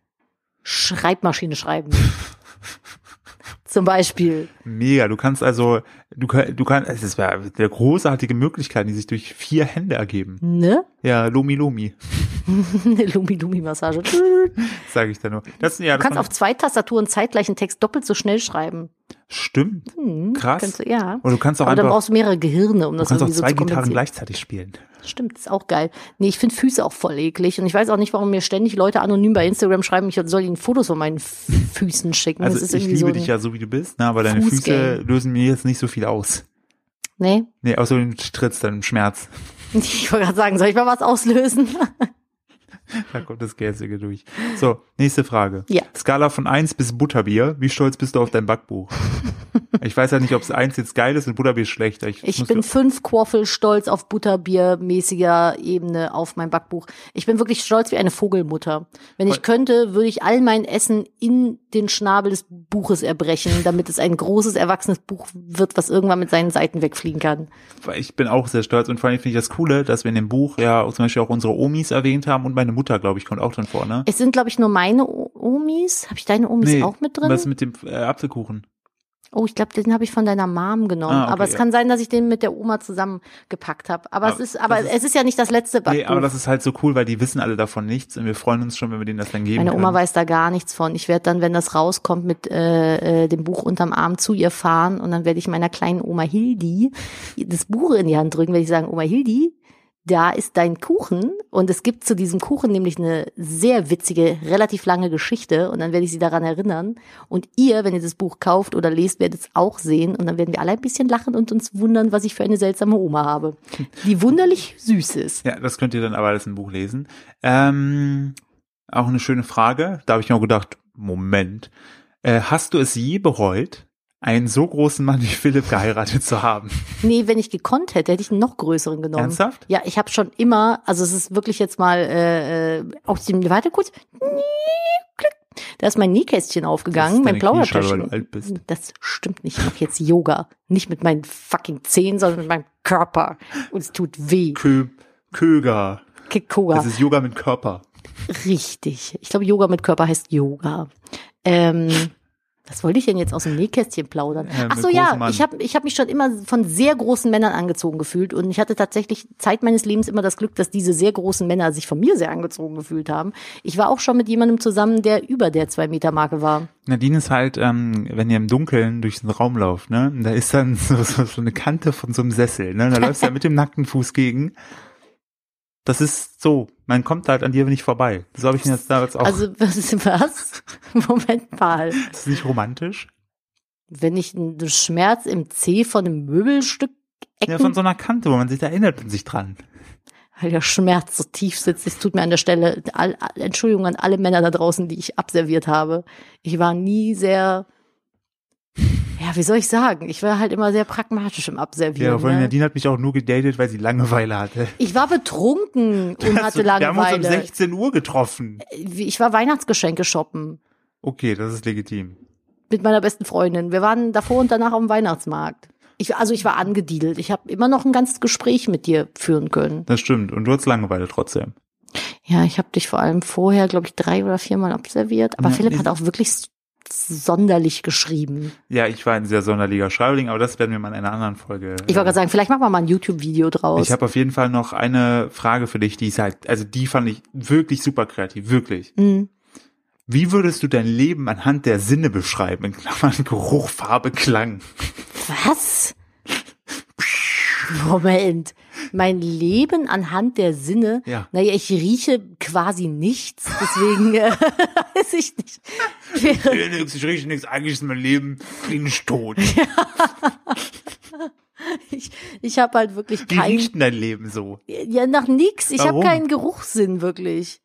Schreibmaschine schreiben. Zum Beispiel. Mega. Du kannst also, du, kann- du kannst, es ist ja eine großartige Möglichkeit, die sich durch vier Hände ergeben. Ne? Ja, Lomi Lomi, Eine Lumi-Lumi-Massage. sage ich da nur. Das, ja, Du das kannst man- auf zwei Tastaturen zeitgleich einen Text doppelt so schnell schreiben. Stimmt. Hm, Krass. Kannst, du- ja. Oder du kannst auch Aber dann einfach, brauchst du mehrere Gehirne, um du das kannst auch irgendwie so zwei zu Gitarren kompensieren. gleichzeitig spielen. Stimmt, ist auch geil. Nee, ich finde Füße auch voll eklig. Und ich weiß auch nicht, warum mir ständig Leute anonym bei Instagram schreiben, ich soll ihnen Fotos von meinen F- Füßen schicken. Also das ist ich irgendwie liebe so ein, dich ja so, wie du bist, ne, aber deine Füße Fußgang. lösen mir jetzt nicht so viel aus. Nee? Nee, außer du trittst dann im Schmerz. Ich wollte gerade sagen, soll ich mal was auslösen? Da kommt das Gäsige durch. So, nächste Frage. Ja. Skala von 1 bis Butterbier. Wie stolz bist du auf dein Backbuch? ich weiß ja nicht, ob es 1 jetzt geil ist und Butterbier schlecht. Ich, Ich muss- bin fünf Quaffel stolz auf Butterbier-mäßiger Ebene auf mein Backbuch. Ich bin wirklich stolz wie eine Vogelmutter. Wenn ich Voll. könnte, würde ich all mein Essen in den Schnabel des Buches erbrechen, damit es ein großes, erwachsenes Buch wird, was irgendwann mit seinen Seiten wegfliegen kann. ich bin auch sehr stolz und vor allem finde ich das Coole, dass wir in dem Buch ja zum Beispiel auch unsere Omis erwähnt haben und meine Mutter, glaube ich, kommt auch drin vor, ne? Es sind, glaube ich, nur meine O- Omis. Habe ich deine Omis auch mit drin? Was mit dem äh, Apfelkuchen? Oh, ich glaube, den habe ich von deiner Mom genommen. Ah, okay, aber es ja. kann sein, dass ich den mit der Oma zusammengepackt habe. Aber, es Aber ist, aber das ist- es ist ja nicht das letzte Backbuch. Nee, aber das ist halt so cool, weil die wissen alle davon nichts und wir freuen uns schon, wenn wir denen das dann geben Meine können. Oma weiß da gar nichts von. Ich werde dann, wenn das rauskommt, mit äh, äh, dem Buch unterm Arm zu ihr fahren und dann werde ich meiner kleinen Oma Hildi das Buch in die Hand drücken, werde ich sagen, Oma Hildi, da ist dein Kuchen und es gibt zu diesem Kuchen nämlich eine sehr witzige, relativ lange Geschichte und dann werde ich sie daran erinnern und ihr, wenn ihr das Buch kauft oder lest, werdet es auch sehen und dann werden wir alle ein bisschen lachen und uns wundern, was ich für eine seltsame Oma habe, die wunderlich süß ist. Ja, das könnt ihr dann aber alles im Buch lesen. Ähm, auch eine schöne Frage. Da habe ich mir auch gedacht, Moment, äh, hast du es je bereut, einen so großen Mann wie Philipp geheiratet zu haben? Nee, wenn ich gekonnt hätte, hätte ich einen noch größeren genommen. Ernsthaft? Ja, ich habe schon immer, also es ist wirklich jetzt mal äh, äh, aus dem, warte kurz. Da ist mein Nähkästchen Das aufgegangen, ist mein deine Kniescheibe, Plaudertisch. weil du alt bist. Das stimmt nicht. Ich mache jetzt Yoga. Nicht mit meinen fucking Zehen, sondern mit meinem Körper. Und es tut weh. Kö Köger. Kikoa. Das ist Yoga mit Körper. Richtig. Ich glaube, Yoga mit Körper heißt Yoga. Ähm, was wollte ich denn jetzt aus dem Nähkästchen plaudern? Ja, Ach Äh, mit so, ja, großem Mann. ich habe ich hab mich schon immer von sehr großen Männern angezogen gefühlt und ich hatte tatsächlich Zeit meines Lebens immer das Glück, dass diese sehr großen Männer sich von mir sehr angezogen gefühlt haben. Ich war auch schon mit jemandem zusammen, der über der zwei Meter Marke war. Nadine ist halt, ähm, wenn ihr im Dunkeln durch den Raum lauft, ne, und da ist dann so, so, so eine Kante von so einem Sessel, ne, und da läufst du ja mit dem nackten Fuß gegen. Das ist so, man kommt halt an dir nicht vorbei. So habe ich ihn jetzt damals auch. Also was? was? Moment mal. ist das nicht romantisch? Wenn ich einen Schmerz im Zeh von einem Möbelstück Ja, Ecken von so einer Kante, wo man sich da erinnert und sich dran. weil der Schmerz so tief sitzt. Es tut mir an der Stelle all, all- Entschuldigung an alle Männer da draußen, die ich abserviert habe. Ich war nie sehr, ja, wie soll ich sagen? Ich war halt immer sehr pragmatisch im Ja, Abservieren. obwohl ne? Nadine hat mich auch nur gedatet, weil sie Langeweile hatte. Ich war betrunken und hatte Wir haben uns um Langeweile. 16 Uhr getroffen. Ich war Weihnachtsgeschenke shoppen Okay, das ist legitim. mit meiner besten Freundin. Wir waren davor und danach auf dem Weihnachtsmarkt. Ich, also ich war angediedelt. Ich habe immer noch ein ganzes Gespräch mit dir führen können. Das stimmt. Und du hast Langeweile trotzdem. Ja, ich habe dich vor allem vorher, glaube ich, drei oder viermal observiert. Aber Ja, Philipp ich- hat auch wirklich s- sonderlich geschrieben. Ja, ich war ein sehr sonderlicher Schreiberling, aber das werden wir mal in einer anderen Folge. Ich wollte gerade sagen, vielleicht machen wir mal ein YouTube-Video draus. Ich habe auf jeden Fall noch eine Frage für dich, die ist halt, also die fand ich wirklich super kreativ, wirklich. Hm. Wie würdest du dein Leben anhand der Sinne beschreiben? In Klammern Geruch, Farbe, Klang. Was? Moment. Mein Leben anhand der Sinne. Ja. Naja, ich rieche quasi nichts, deswegen äh, weiß ich nicht. Wäre- Ich nix, ich rieche nichts, eigentlich ist mein Leben klinisch tot. Ich, ich habe halt wirklich Wie kein, riecht denn dein Leben so? ja nach nix. Ich habe Warum? keinen Geruchssinn wirklich.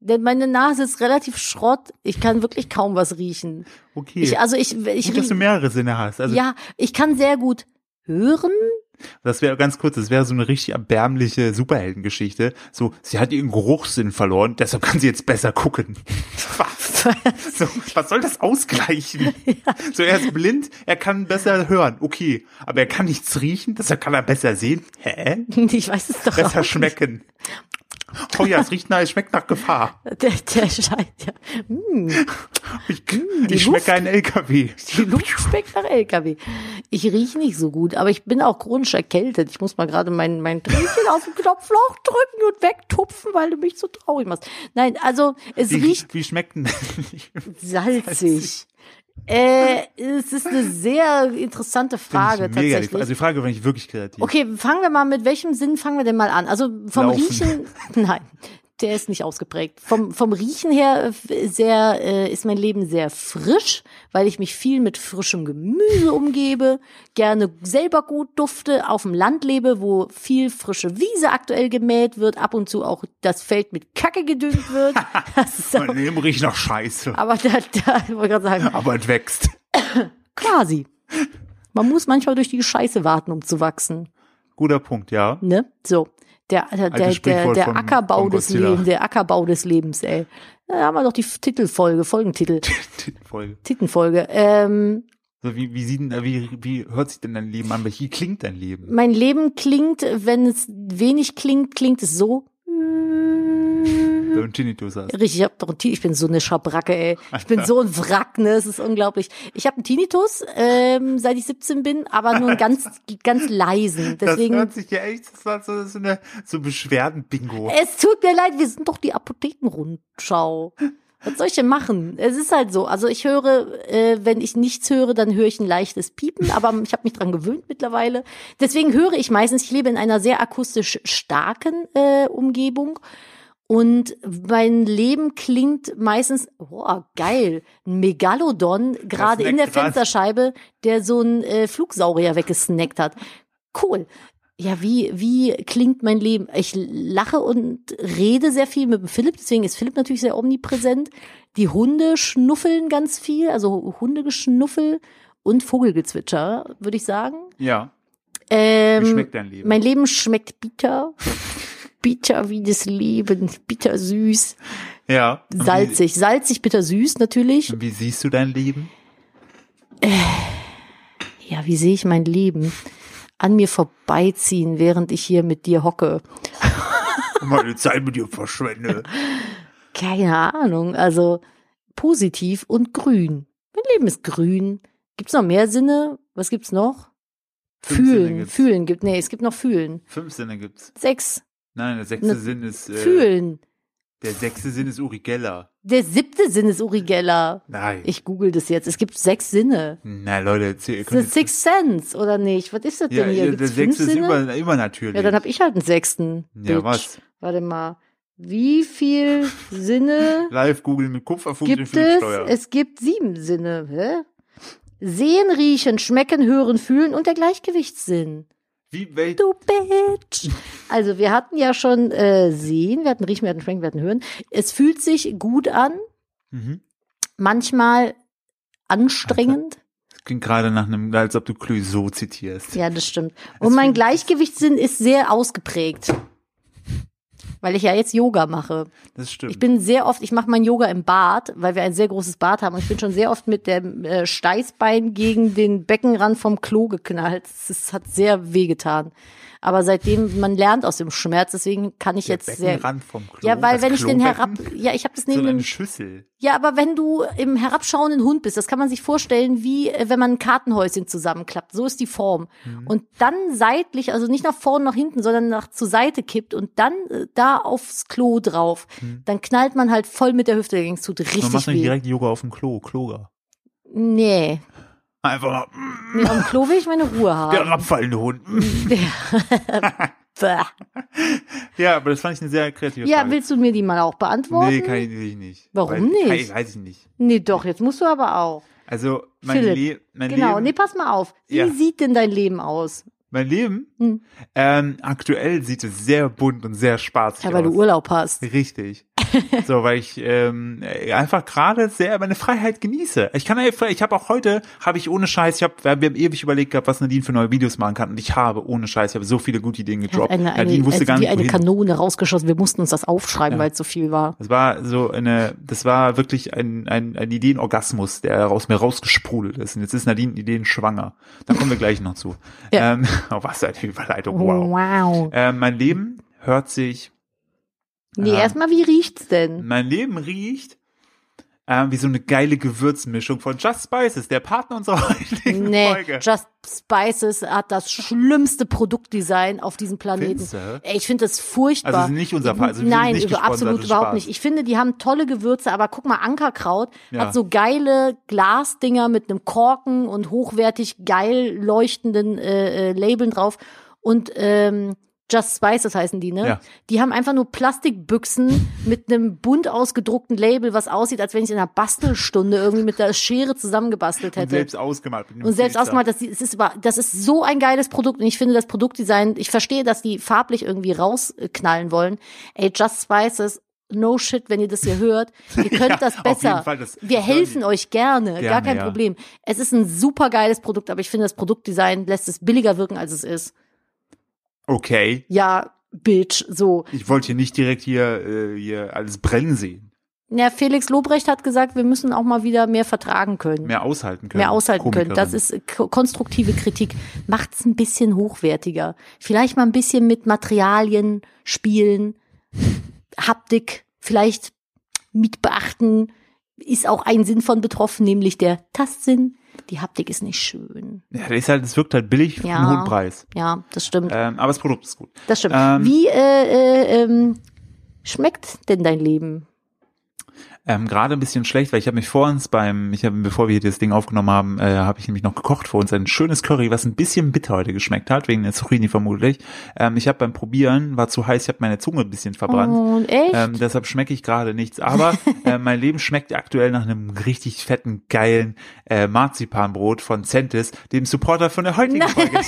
Denn meine Nase ist relativ Schrott. Ich kann wirklich kaum was riechen. Okay. Ich, also ich, ich Gut, dass du riech, mehrere Sinne hast. Also ja, ich kann sehr gut hören. das wäre ganz kurz, das wäre so eine richtig erbärmliche Superheldengeschichte. So, sie hat ihren Geruchssinn verloren, deshalb kann sie jetzt besser gucken. So, was soll das ausgleichen? So, er ist blind, er kann besser hören, okay. Aber er kann nichts riechen, deshalb kann er besser sehen, hä? Ich weiß es doch Besser auch schmecken. Oh ja, es riecht nach, es schmeckt nach Gefahr. nicht. Der, der scheint ja. Hm, Ich, die ich Luft. schmecke einen LKW. die Luft schmeckt nach LKW. Ich rieche nicht so gut, aber ich bin auch chronisch erkältet. Ich muss mal gerade mein, mein Tränchen aus dem Knopfloch drücken und wegtupfen, weil du mich so traurig machst. Nein, also es Wie, riecht wie schmeckt denn? salzig. Äh, es ist eine sehr interessante Finde Frage ich mega die- tatsächlich. Also die Frage finde ich wirklich kreativ. Okay, fangen wir mal mit welchem Sinn fangen wir denn mal an? Also vom Laufen. Riechen, nein, der ist nicht ausgeprägt. Vom vom Riechen her äh, f- sehr äh, ist mein Leben sehr frisch, weil ich mich viel mit frischem Gemüse umgebe, gerne selber gut dufte, auf dem Land lebe, wo viel frische Wiese aktuell gemäht wird, ab und zu auch das Feld mit Kacke gedüngt wird. Das ist Mein aber, Leben riecht nach Scheiße. aber da, da wollte ich gerade sagen, Aber es wächst. quasi. Man muss manchmal durch die Scheiße warten, um zu wachsen. Guter Punkt, ja. ne? So. Der, der, der, der, Sprichwort der vom- Ackerbau vom des Godzilla. Lebens, der Ackerbau des Lebens, ey. Da haben wir doch die F- Titelfolge, Folgentitel, Voll. Titelfolge. Ähm, So, wie, wie, sieht, denn- wie, wie hört sich denn dein Leben an? Wie klingt dein Leben? mein Leben klingt, wenn es wenig klingt, klingt es so. wenn du einen Tinnitus hast. Richtig, ich, hab doch einen Tin- ich bin so eine Schabracke, ey. Ich bin so ein Wrack, ne? Es ist unglaublich. Ich habe einen Tinnitus, ähm, seit ich 17 bin, aber nur einen ganz, ganz leisen. Deswegen, das hört sich ja echt so an, so, so, eine, so Beschwerden-Bingo. es tut mir leid, wir sind doch die Apothekenrundschau. Was soll ich denn machen? Es ist halt so. Also ich höre, äh, wenn ich nichts höre, dann höre ich ein leichtes Piepen, aber ich habe mich dran gewöhnt mittlerweile. Deswegen höre ich meistens, ich lebe in einer sehr akustisch starken äh, Umgebung. Und mein Leben klingt meistens, boah, geil, ein Megalodon gerade in der Snackt gerade. Fensterscheibe, der so einen äh, Flugsaurier weggesnackt hat. Cool. Ja, wie, wie klingt mein Leben? Ich lache und rede sehr viel mit dem Philipp, deswegen ist Philipp natürlich sehr omnipräsent. Die Hunde schnuffeln ganz viel, also Hundegeschnuffel und Vogelgezwitscher, würde ich sagen. Ja, Ähm, wie schmeckt dein Leben? mein Leben schmeckt bitter. bitter wie das Leben, bitter süß, ja. Und wie- salzig, salzig, bitter süß natürlich. Und wie siehst du dein Leben? Ja, wie sehe ich mein Leben? An mir vorbeiziehen, während ich hier mit dir hocke. Meine Zeit mit dir verschwende. Keine Ahnung, also positiv und grün. Mein Leben ist grün. Gibt's noch mehr Sinne? Was gibt's noch? Fünf Sinne Fühlen, gibt's. fühlen gibt, nee, es gibt noch fühlen. Fünf Sinne gibt's. Sechs, Nein, der sechste Ne- Sinn ist. Äh, fühlen. Der sechste Sinn ist Uri Geller. Der siebte Sinn ist Uri Geller. Nein. Ich google das jetzt. Es gibt sechs Sinne. Na Leute, jetzt hier, ihr Ist das könnt jetzt, Sixth Sense oder nicht? Was ist das ja, denn hier? ja, der Gibt's fünf sechste ist Sinne? über, immer natürlich. ja, dann hab ich halt einen sechsten. Ja, Bitch. was? Warte mal. Wie viel Sinne Live googeln mit Kupferfugen gibt den es? Filmsteuer. Es gibt sieben Sinne. Hä? Sehen, riechen, schmecken, hören, fühlen und der Gleichgewichtssinn. Wie, wel, Du Bitch. Also wir hatten ja schon äh, sehen, wir hatten riechen, wir hatten schmecken, wir hatten hören. Es fühlt sich gut an, mhm. manchmal anstrengend. Das klingt gerade nach einem, als ob du Clouseau zitierst. Ja, das stimmt. Und mein Gleichgewichtssinn ist sehr ausgeprägt. Weil ich ja jetzt Yoga mache. Das stimmt. Ich bin sehr oft, ich mache mein Yoga im Bad, weil wir ein sehr großes Bad haben. Und ich bin schon sehr oft mit dem äh, Steißbein gegen den Beckenrand vom Klo geknallt. Es hat sehr wehgetan. Aber seitdem, man lernt aus dem Schmerz, deswegen kann ich der jetzt sehr. Beckenrand vom Klo. Ja, weil das wenn ich den herab. Klobecken, Ja, ich habe das So neben dem eine Schüssel. ja, aber wenn du im herabschauenden Hund bist, das kann man sich vorstellen, wie äh, wenn man ein Kartenhäuschen zusammenklappt. So ist die Form. Mhm. Und dann seitlich, also nicht nach vorne, nach hinten, sondern nach zur Seite kippt und dann äh, da aufs Klo drauf, dann knallt man halt voll mit der Hüfte dagegen. Es tut Mhm. Man macht richtig dann weh. direkt Yoga auf dem Klo, Kloger. Nee. Einfach mal, mm, nee. Am Klo will ich meine Ruhe der haben. herabfallende Hund. mm. Bäh. Ja, aber das fand ich eine sehr kreative Ja, Frage. willst du mir die mal auch beantworten? Nee, Nee, kann ich will ich nicht. Warum Weil- nicht? Kann ich, weiß ich nicht. doch, jetzt musst du aber auch. Also, mein, Philipp, Le mein Genau, Leben. nee, pass mal auf. Wie Ja. sieht denn dein Leben aus? Mein Leben? Hm. Ähm, aktuell sieht es sehr bunt und sehr spaßig Ja, weil du aus. Urlaub hast. Richtig. so, weil ich ähm, einfach gerade sehr meine Freiheit genieße. Ich kann ja- ich habe auch heute, habe ich ohne Scheiß, ich habe wir haben ewig überlegt gehabt, was Nadine für neue Videos machen kann und ich habe ohne Scheiß, ich habe so viele gute Ideen Er hat gedroppt. eine, eine, Nadine wusste also gar wie nicht eine wohin. Kanone rausgeschossen. Wir mussten uns das aufschreiben, weil es so viel war. Das war so eine, das war wirklich ein, ein, ein Ideenorgasmus, der aus mir rausgesprudelt ist. Und jetzt ist Nadine Ideen schwanger. Da kommen wir gleich noch zu. Ja. Ähm, oh, was eine Überleitung, wow. Wow. Ähm, mein Leben hört sich, Nee, Ja. erstmal, wie riecht's denn? mein Leben riecht ähm, wie so eine geile Gewürzmischung von Just Spices, der Partner unserer heutigen Nee, Folge. Just Spices hat das schlimmste Produktdesign auf diesem Planeten. Findest du? Ey, ich finde das furchtbar. ne? Also es ist nicht unser Fall. Also wir sind Nein, nicht über- gesponsert, absolut das ist überhaupt Spaß. nicht. Ich finde, die haben tolle Gewürze, aber guck mal, Ankerkraut Ja. hat so geile Glasdinger mit einem Korken und hochwertig geil leuchtenden äh, äh, Labeln drauf. Und ähm, Just Spices heißen die, ne? Ja. Die haben einfach nur Plastikbüchsen mit einem bunt ausgedruckten Label, was aussieht, als wenn ich in einer Bastelstunde irgendwie mit der Schere zusammengebastelt Und hätte. selbst ausgemalt. mit einem Und selbst Filter. ausgemalt, das, das, ist, über- das ist so ein geiles Produkt und ich finde das Produktdesign, ich verstehe, dass die farblich irgendwie rausknallen wollen. Ey, Just Spices, no shit, wenn ihr das hier hört. Ihr könnt Ja, das auf besser. jeden Fall, das- Wir das helfen euch gerne, gar Gerne, kein ja. Problem. Es ist ein super geiles Produkt, aber ich finde, das Produktdesign lässt es billiger wirken, als es ist. Okay, Ja, Bitch, so. ich wollte hier nicht direkt hier, äh, hier alles brennen sehen, Ja, Felix Lobrecht hat gesagt, wir müssen auch mal wieder mehr vertragen können. mehr aushalten können. mehr aushalten können. Das Komikerin. ist äh, ko- konstruktive Kritik. Macht's ein bisschen hochwertiger. Vielleicht mal ein bisschen mit Materialien spielen, Haptik vielleicht mit beachten ist auch ein Sinn von betroffen, nämlich der Tastsinn. Die Haptik ist nicht schön. Ja, das ist halt, es wirkt halt billig für Ja. einen hohen Preis. Ja, das stimmt. Ähm, aber das Produkt ist gut. Das stimmt. ähm, Wie äh, äh, ähm, schmeckt denn dein Leben? Ähm, Gerade ein bisschen schlecht, weil ich habe mich vor uns beim, ich habe, bevor wir hier das Ding aufgenommen haben, äh, habe ich nämlich noch gekocht für uns ein schönes Curry, was ein bisschen bitter heute geschmeckt hat, wegen der Zucchini vermutlich. Ähm, ich habe beim Probieren, war zu heiß, ich habe meine Zunge ein bisschen verbrannt. Oh, echt? Ähm, deshalb schmecke ich gerade nichts. Aber äh, mein Leben schmeckt aktuell nach einem richtig fetten, geilen äh, Marzipanbrot von Centis, dem Supporter von der heutigen Folge.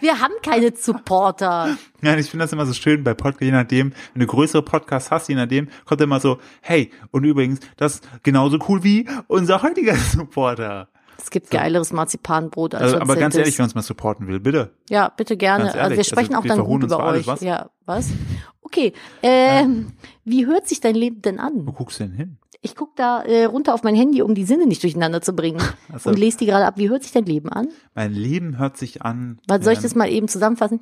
Wir haben keine Supporter. Nein, ich finde das immer so schön bei Podcast, je nachdem, wenn du größere Podcasts hast, je nachdem, kommt immer so, hey, und übrigens, das ist genauso cool wie unser heutiger Supporter. Es gibt geileres Marzipanbrot als Also, aber Franzentes. ganz ehrlich, wer uns mal supporten will, bitte. Ja, bitte gerne. Ganz also wir ehrlich, sprechen also auch wir dann verhohnen gut uns über für alles, euch. was? Ja, was? Okay. Ähm, Wie hört sich dein Leben denn an? Wo guckst du denn hin? Ich guck da äh, runter auf mein Handy, um die Sinne nicht durcheinander zu bringen. Ach so. Und lese die gerade ab. Wie hört sich dein Leben an? Also, Mein Leben hört sich an. ähm, Was, soll ich das mal eben zusammenfassen?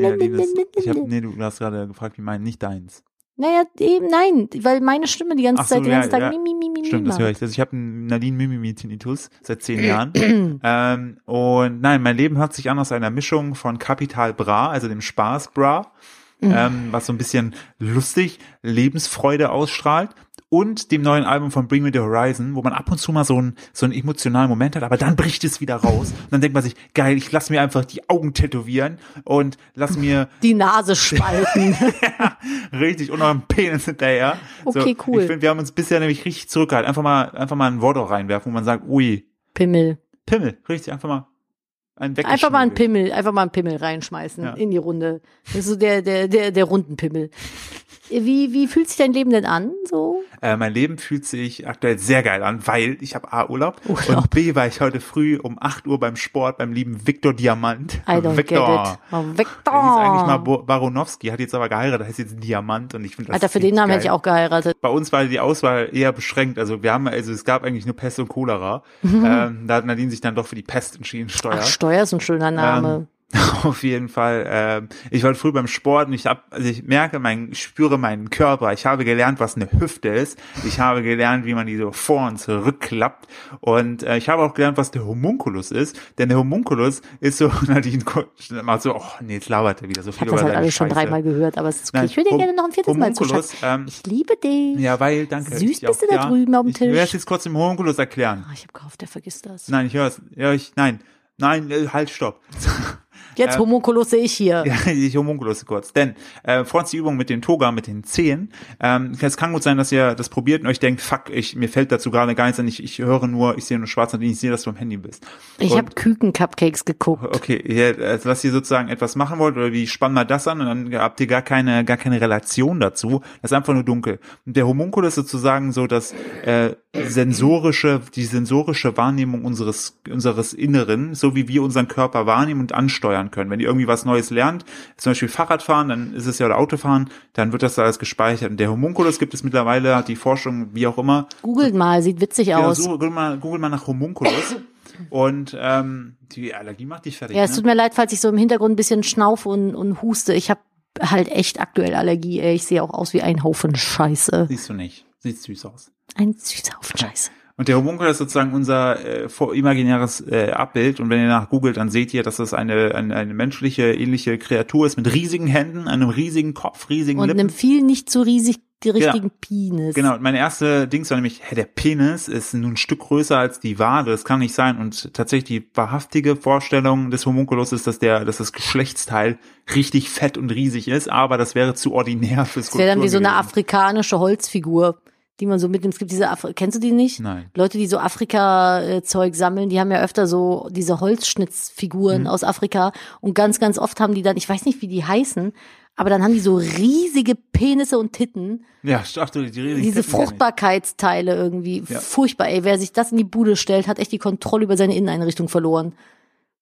Ja, nee, das, ich hab, nee, du hast gerade gefragt, wie mein, nicht deins. Naja, eben nein, weil meine Stimme die ganze Ach so, Zeit, den ja, ganzen Tag ja. mi, mi, mi, mi, Stimmt, das höre macht. ich. Also ich habe einen Nadine Mimimi Tinnitus seit zehn Jahren. ähm, und nein, mein Leben hört sich an aus einer Mischung von Capital Bra, also dem Spaß Bra, ähm, was so ein bisschen lustig, Lebensfreude ausstrahlt und dem neuen Album von Bring Me the Horizon, wo man ab und zu mal so einen so einen emotionalen Moment hat, aber dann bricht es wieder raus und dann denkt man sich, geil, ich lass mir einfach die Augen tätowieren und lass mir Die Nase spalten. Richtig, und eurem Penis hinterher. Okay, so, cool. Ich finde, wir haben uns bisher nämlich richtig zurückgehalten. Einfach mal, einfach mal ein Wort auch reinwerfen, wo man sagt, ui, Pimmel. Pimmel. Richtig, einfach mal ein Weg. Einfach mal einen Pimmel, einfach mal einen Pimmel reinschmeißen Ja. in die Runde. Das ist so der, der, der, der Rundenpimmel. Wie, wie fühlt sich dein Leben denn an? So? Äh, mein Leben fühlt sich aktuell sehr geil an, weil ich habe A, Urlaub, Urlaub. und B, war ich heute früh um 8 Uhr beim Sport beim lieben Viktor Diamant. I don't get it. Viktor. Oh, Der hieß eigentlich mal Victor. Bo- Baronowski, hat jetzt aber geheiratet, heißt jetzt Diamant und ich finde das Alter, für den Namen geil. hätte ich auch geheiratet. bei uns war die Auswahl eher beschränkt. Also wir haben, also es gab eigentlich nur Pest und Cholera. ähm, da hat Nadine sich dann doch für die Pest entschieden, Steuer. Mhm. Ach, Steuer ist ein Ähm, schöner Name. Auf jeden Fall. Ähm, ich war früh beim Sport und ich hab, also ich merke, mein, ich spüre meinen Körper. Ich habe gelernt, was eine Hüfte ist. Ich habe gelernt, wie man die so vor und zurückklappt. Und äh, ich habe auch gelernt, was der Homunculus ist. Denn der Homunculus ist so, Nadine guckt- macht so, oh nee, jetzt labert er wieder so ich viel habe das halt seine alles schon Scheiße. dreimal gehört, aber es ist okay. Nein, ich würde dir Hom- gerne noch ein viertes Mal zuschauen. Homunculus, ähm, ich liebe dich. Ja, weil, danke. Süß Ich bist du da ja, drüben am Tisch. Ich werde jetzt kurz dem Homunculus erklären. Ah, ich habe gehofft, der vergisst das. Nein, ich höre es. Ja, ich, nein, nein, äh, halt, stopp. Jetzt Homunculus sehe ich hier. ähm, Ja, ich homunculus kurz. Denn äh, vor uns die Übung mit den Toga, mit den Zehen. Ähm, es kann gut sein, dass ihr das probiert und euch denkt, fuck, ich, mir fällt dazu gerade gar nichts an. Ich, ich höre nur, ich sehe nur schwarz und ich sehe, dass du am Handy bist. ich Und- habe Küken-Cupcakes geguckt. Okay, ja, also was ihr sozusagen etwas machen wollt oder wie spann mal das an und dann habt ihr gar keine gar keine Relation dazu. Das ist einfach nur dunkel. Und der Homunculus ist sozusagen so das äh, sensorische die sensorische Wahrnehmung unseres unseres Inneren, so wie wir unseren Körper wahrnehmen und ansteuern können. Wenn ihr irgendwie was Neues lernt, zum Beispiel Fahrradfahren, dann ist es ja oder Autofahren, dann wird das da alles gespeichert. Und der Homunculus gibt es mittlerweile hat die Forschung wie auch immer Googelt mal, sieht witzig ja, aus. so, google, mal, google mal nach Homunculus und ähm, die Allergie macht dich fertig. ja, es ne? tut mir leid, falls ich so im Hintergrund ein bisschen schnaufe und, und huste. Ich habe halt echt aktuell Allergie. Ey. Ich sehe auch aus wie ein Haufen Scheiße. Siehst du nicht. Sieht süß aus. Ein süßer Haufen Scheiße. Und der Homunkel ist sozusagen unser äh, vor- imaginäres äh, Abbild. Und wenn ihr nach googelt, dann seht ihr, dass das eine, eine, eine menschliche, ähnliche Kreatur ist mit riesigen Händen, einem riesigen Kopf, riesigen Und Lippen. einem viel nicht so riesig die richtigen Penis. Genau, und meine erste Dings war nämlich, hä, der Penis ist nun ein Stück größer als die Wade, das kann nicht sein. Und tatsächlich die wahrhaftige Vorstellung des Homunculus ist, dass der, dass das Geschlechtsteil richtig fett und riesig ist, aber das wäre zu ordinär fürs Das wäre dann wie so eine Kultur afrikanische Holzfigur, die man so mitnimmt. Es gibt diese Afri kennst du die nicht? Nein. Leute, die so Afrika-Zeug sammeln, die haben ja öfter so diese Mhm. Holzschnitzfiguren aus Afrika und ganz, ganz oft haben die dann, ich weiß nicht, wie die heißen, aber dann haben die so riesige Penisse und Titten, gewesen. Ja, stopp, die, die riesigen Titten diese kenn ich. Fruchtbarkeitsteile irgendwie. Ja. Furchtbar, ey. Wer sich das in die bude stellt, hat echt die Kontrolle über seine Inneneinrichtung verloren.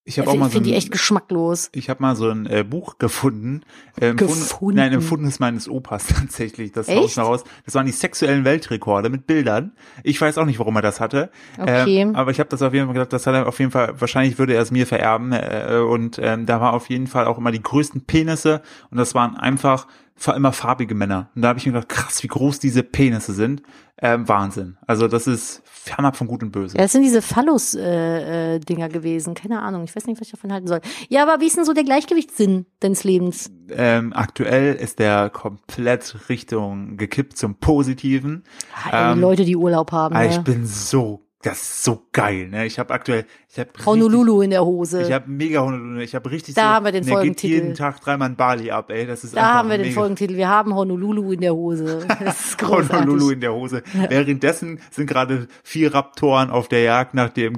Ich habe auch ich mal finde so die ein- echt geschmacklos. ich habe mal so ein äh, Buch gefunden. Äh, empfunden- Gefunden? Nein, empfundenes meines Opas tatsächlich. Das Echt? haus raus. Das waren die sexuellen Weltrekorde mit Bildern. Ich weiß auch nicht, warum er das hatte. Okay. Ähm, aber ich habe das auf jeden Fall gedacht, das hat er auf jeden Fall, wahrscheinlich würde er es mir vererben. Äh, und ähm, da war auf jeden Fall auch immer die größten Penisse. Und das waren einfach fa- immer farbige Männer. Und da habe ich mir gedacht, krass, wie groß diese Penisse sind. Ähm, Wahnsinn. Also das ist fernab von Gut und Böse. Ja, das sind diese Phallus-Dinger äh, äh, Dinger gewesen. Keine Ahnung. Ich weiß nicht, was ich davon halten soll. Ja, aber wie ist denn so der Gleichgewichtssinn deines Lebens? Ähm, aktuell ist der komplett Richtung gekippt zum Positiven. Ah, ey, die Ähm, Leute, die Urlaub haben. Ah, ich Ne? bin so, das ist so geil. Ne? Ich habe aktuell, ich habe Honolulu in der Hose. Ich habe mega Honolulu. Ich habe richtig Da so, haben wir den mir geht Folgentitel. jeden Tag dreimal in Bali ab, ey. Das ist da einfach haben wir den mega. Folgentitel. Wir haben Honolulu in der Hose. Das ist großartig. Honolulu in der Hose. Währenddessen sind gerade vier Raptoren auf der Jagd nach dem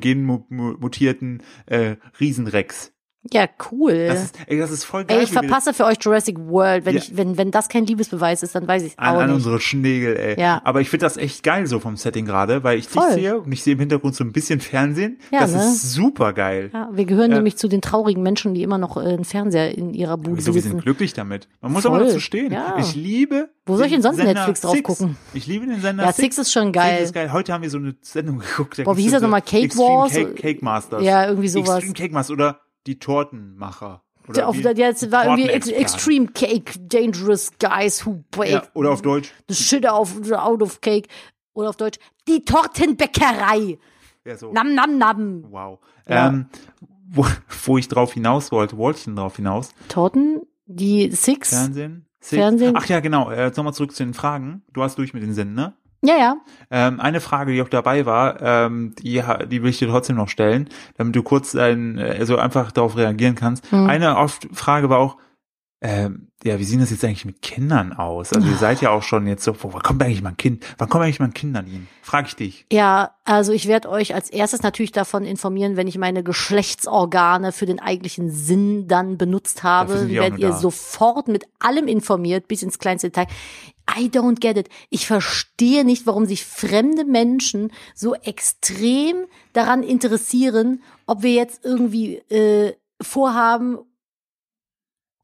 genmutierten äh, Riesenrex. Ja, cool. Das ist, ey, das ist voll geil. Ey, ich wie wir das- verpasse für euch Jurassic World. Wenn, Ja. ich, wenn, wenn das kein Liebesbeweis ist, dann weiß ich An, auch an nicht. unsere Schnägel, ey. Ja. Aber ich finde das echt geil so vom Setting gerade, weil ich dich Voll. sehe und ich sehe im Hintergrund so ein bisschen Fernsehen. Ja, das ne? ist super geil. Ja, wir gehören nämlich zu den traurigen Menschen, die immer noch äh, einen Fernseher in ihrer Bude Wieso, wir sind besitzen. glücklich damit. Man muss Voll. aber dazu stehen. Ja. Ich liebe. Wo soll ich den denn sonst Sender Netflix drauf Six. gucken? Ich liebe den Sender Ja, Six. Six ist schon Six geil. ist geil. Heute haben wir so eine Sendung geguckt. da Boah, gibt's wie hieß das so nochmal? Cake Extreme Wars? Cake, Cake Masters. Ja, irgendwie sowas. Extreme Cake Masters oder die Tortenmacher. Oder Auf, wie- ja, jetzt war irgendwie Ex Tortenexperten. Extreme Cake, Dangerous Guys Who Bake Ja, oder auf Deutsch. the Shit auf, out of Cake. Oder auf Deutsch, die Tortenbäckerei. Ja, so. Nam, nam, nam. Wow. Ja. Ähm, wo, wo ich drauf hinaus wollte, wollte ich denn drauf hinaus. Torten, die Six. Fernsehen? Six? Fernsehen. Ach ja, genau. Äh, Jetzt nochmal zurück zu den Fragen. Du hast durch mit den Sinn, ne? Ja, ja. Ähm, eine Frage, die auch dabei war, ähm, die, ha- die will ich dir trotzdem noch stellen, damit du kurz ein, äh, also einfach darauf reagieren kannst. Hm. Eine oft Frage war auch, ähm, ja, wie sieht das jetzt eigentlich mit Kindern aus? Also ihr seid ja auch schon jetzt so, wo- wann kommt eigentlich mal ein Kind? Wann kommt eigentlich mal ein Kind an ihn? Frag ich dich. Ja, also ich werde euch als erstes natürlich davon informieren, wenn ich meine Geschlechtsorgane für den eigentlichen Sinn dann benutzt habe, sind die auch werdet nur ihr da. sofort mit allem informiert, bis ins kleinste Detail. I don't get it. Ich verstehe nicht, warum sich fremde Menschen so extrem daran interessieren, ob wir jetzt irgendwie äh, vorhaben,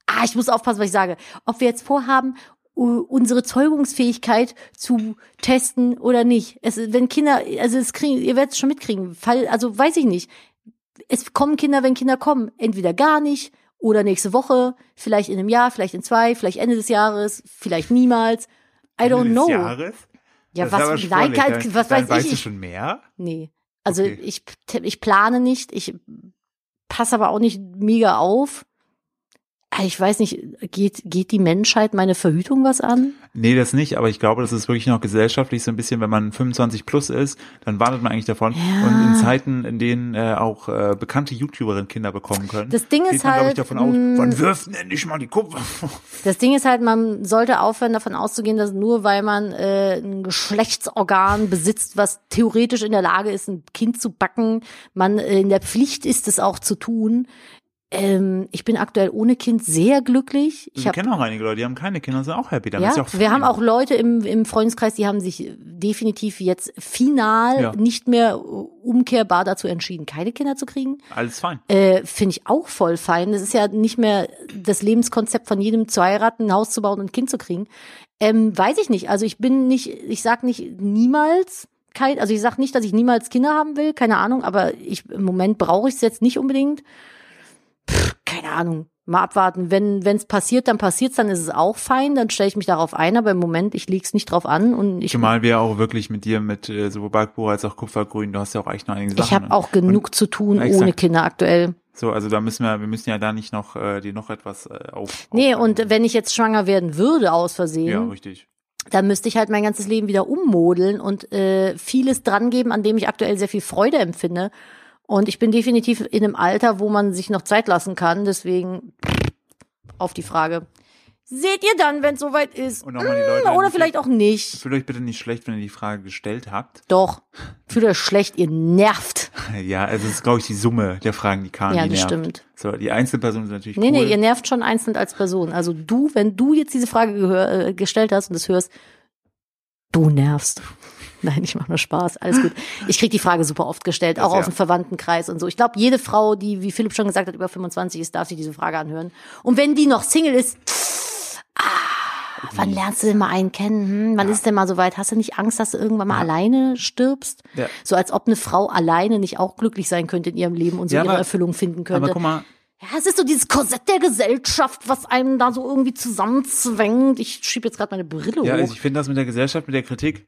ah, ich muss aufpassen, was ich sage, ob wir jetzt vorhaben, u- unsere Zeugungsfähigkeit zu testen oder nicht. Es, wenn Kinder, also es kriegen, ihr werdet es schon mitkriegen, Fall, also weiß ich nicht. Es kommen Kinder, wenn Kinder kommen. Entweder gar nicht oder nächste Woche, vielleicht in einem Jahr, vielleicht in zwei, vielleicht Ende des Jahres, vielleicht niemals. I don't Ende des know. Jahres? Ja, Das ist aber was, sportlich. like halt, Dann- was dann weiß weißt ich, du ich schon mehr? Nee. Also Okay. ich, ich plane nicht, ich passe aber auch nicht mega auf. Ah, Ich weiß nicht, geht, geht die Menschheit meine Verhütung was an? Nee, das nicht, aber ich glaube, das ist wirklich noch gesellschaftlich so ein bisschen, wenn man 25 plus ist, dann wartet man eigentlich davon. Ja. Und in Zeiten, in denen äh, auch äh, bekannte YouTuberinnen Kinder bekommen können, Das Ding Hm? geht ist man, glaube ich, halt, davon aus, mm, wann wirft denn endlich mal die Kupfer? Das Ding ist halt, man sollte aufhören, davon auszugehen, dass nur weil man äh, ein Geschlechtsorgan besitzt, was theoretisch in der Lage ist, ein Kind zu backen, man äh, in der Pflicht ist, es auch zu tun. Ähm, ich bin aktuell ohne Kind sehr glücklich. Ich Ich habe kenne auch einige Leute, die haben keine Kinder, sind auch happy damit. Ja, ist ja auch wir fein. haben auch Leute im, im Freundeskreis, die haben sich definitiv jetzt final Ja. nicht mehr umkehrbar dazu entschieden, keine Kinder zu kriegen. Alles fein. Äh, Finde ich auch voll fein. Das ist ja nicht mehr das Lebenskonzept von jedem zu heiraten, ein Haus zu bauen und ein Kind zu kriegen. Ähm, weiß ich nicht. Also ich bin nicht, ich sag nicht niemals, kein, also ich sag nicht, dass ich niemals Kinder haben will, keine Ahnung, aber ich, im Moment brauche ich es jetzt nicht unbedingt. Pff, keine Ahnung. Mal abwarten. Wenn es passiert, dann passiert's, dann ist es auch fein, dann stelle ich mich darauf ein, aber im Moment, ich leg's nicht drauf an und ich, Zumal wir auch wirklich mit dir, mit äh, sowohl Backbuch als auch Kupfergrün, du hast ja auch echt noch einige Sachen. ich habe auch genug zu tun Exakt. ohne Kinder aktuell. So, also da müssen wir, wir müssen ja da nicht noch, äh, dir noch etwas äh, auf. Nee, aufbauen. und wenn ich jetzt schwanger werden würde aus Versehen, Ja, richtig. dann müsste ich halt mein ganzes Leben wieder ummodeln und äh, vieles dran geben, an dem ich aktuell sehr viel Freude empfinde. Und ich bin definitiv in einem Alter, wo man sich noch Zeit lassen kann. Deswegen auf die Frage. Seht ihr dann, wenn es soweit ist? Und nochmal die Leute. Mm, Oder vielleicht auch nicht. Fühlt euch bitte nicht schlecht, wenn ihr die Frage gestellt habt. Doch. Fühlt euch schlecht, ihr nervt. Ja, also es ist, glaube ich, die Summe der Fragen, die kamen. Ja, die das Ah, nervt. stimmt. So, die Einzelpersonen sind natürlich Nee, cool. nee, ihr nervt schon einzeln als Person. Also du, wenn du jetzt diese Frage gehör, äh, gestellt hast und das hörst, du nervst. Nein, ich mache nur Spaß, alles gut. Ich krieg die Frage super oft gestellt, auch Ja. aus dem Verwandtenkreis und so. Ich glaube, jede Frau, die, wie Philipp schon gesagt hat, über 25 ist, darf sich diese Frage anhören. Und wenn die noch Single ist, ah, wann lernst du denn mal einen kennen? Hm, wann ist es denn mal soweit? Hast du nicht Angst, dass du irgendwann mal alleine stirbst? Ja. So als ob eine Frau alleine nicht auch glücklich sein könnte in ihrem Leben und so Ja, ihre aber- Erfüllung finden könnte. Aber guck mal, Ja, es ist so dieses Korsett der Gesellschaft, was einem da so irgendwie zusammenzwängt. Ich schiebe jetzt gerade meine Brille Ja, hoch. also ich finde das mit der Gesellschaft, mit der Kritik,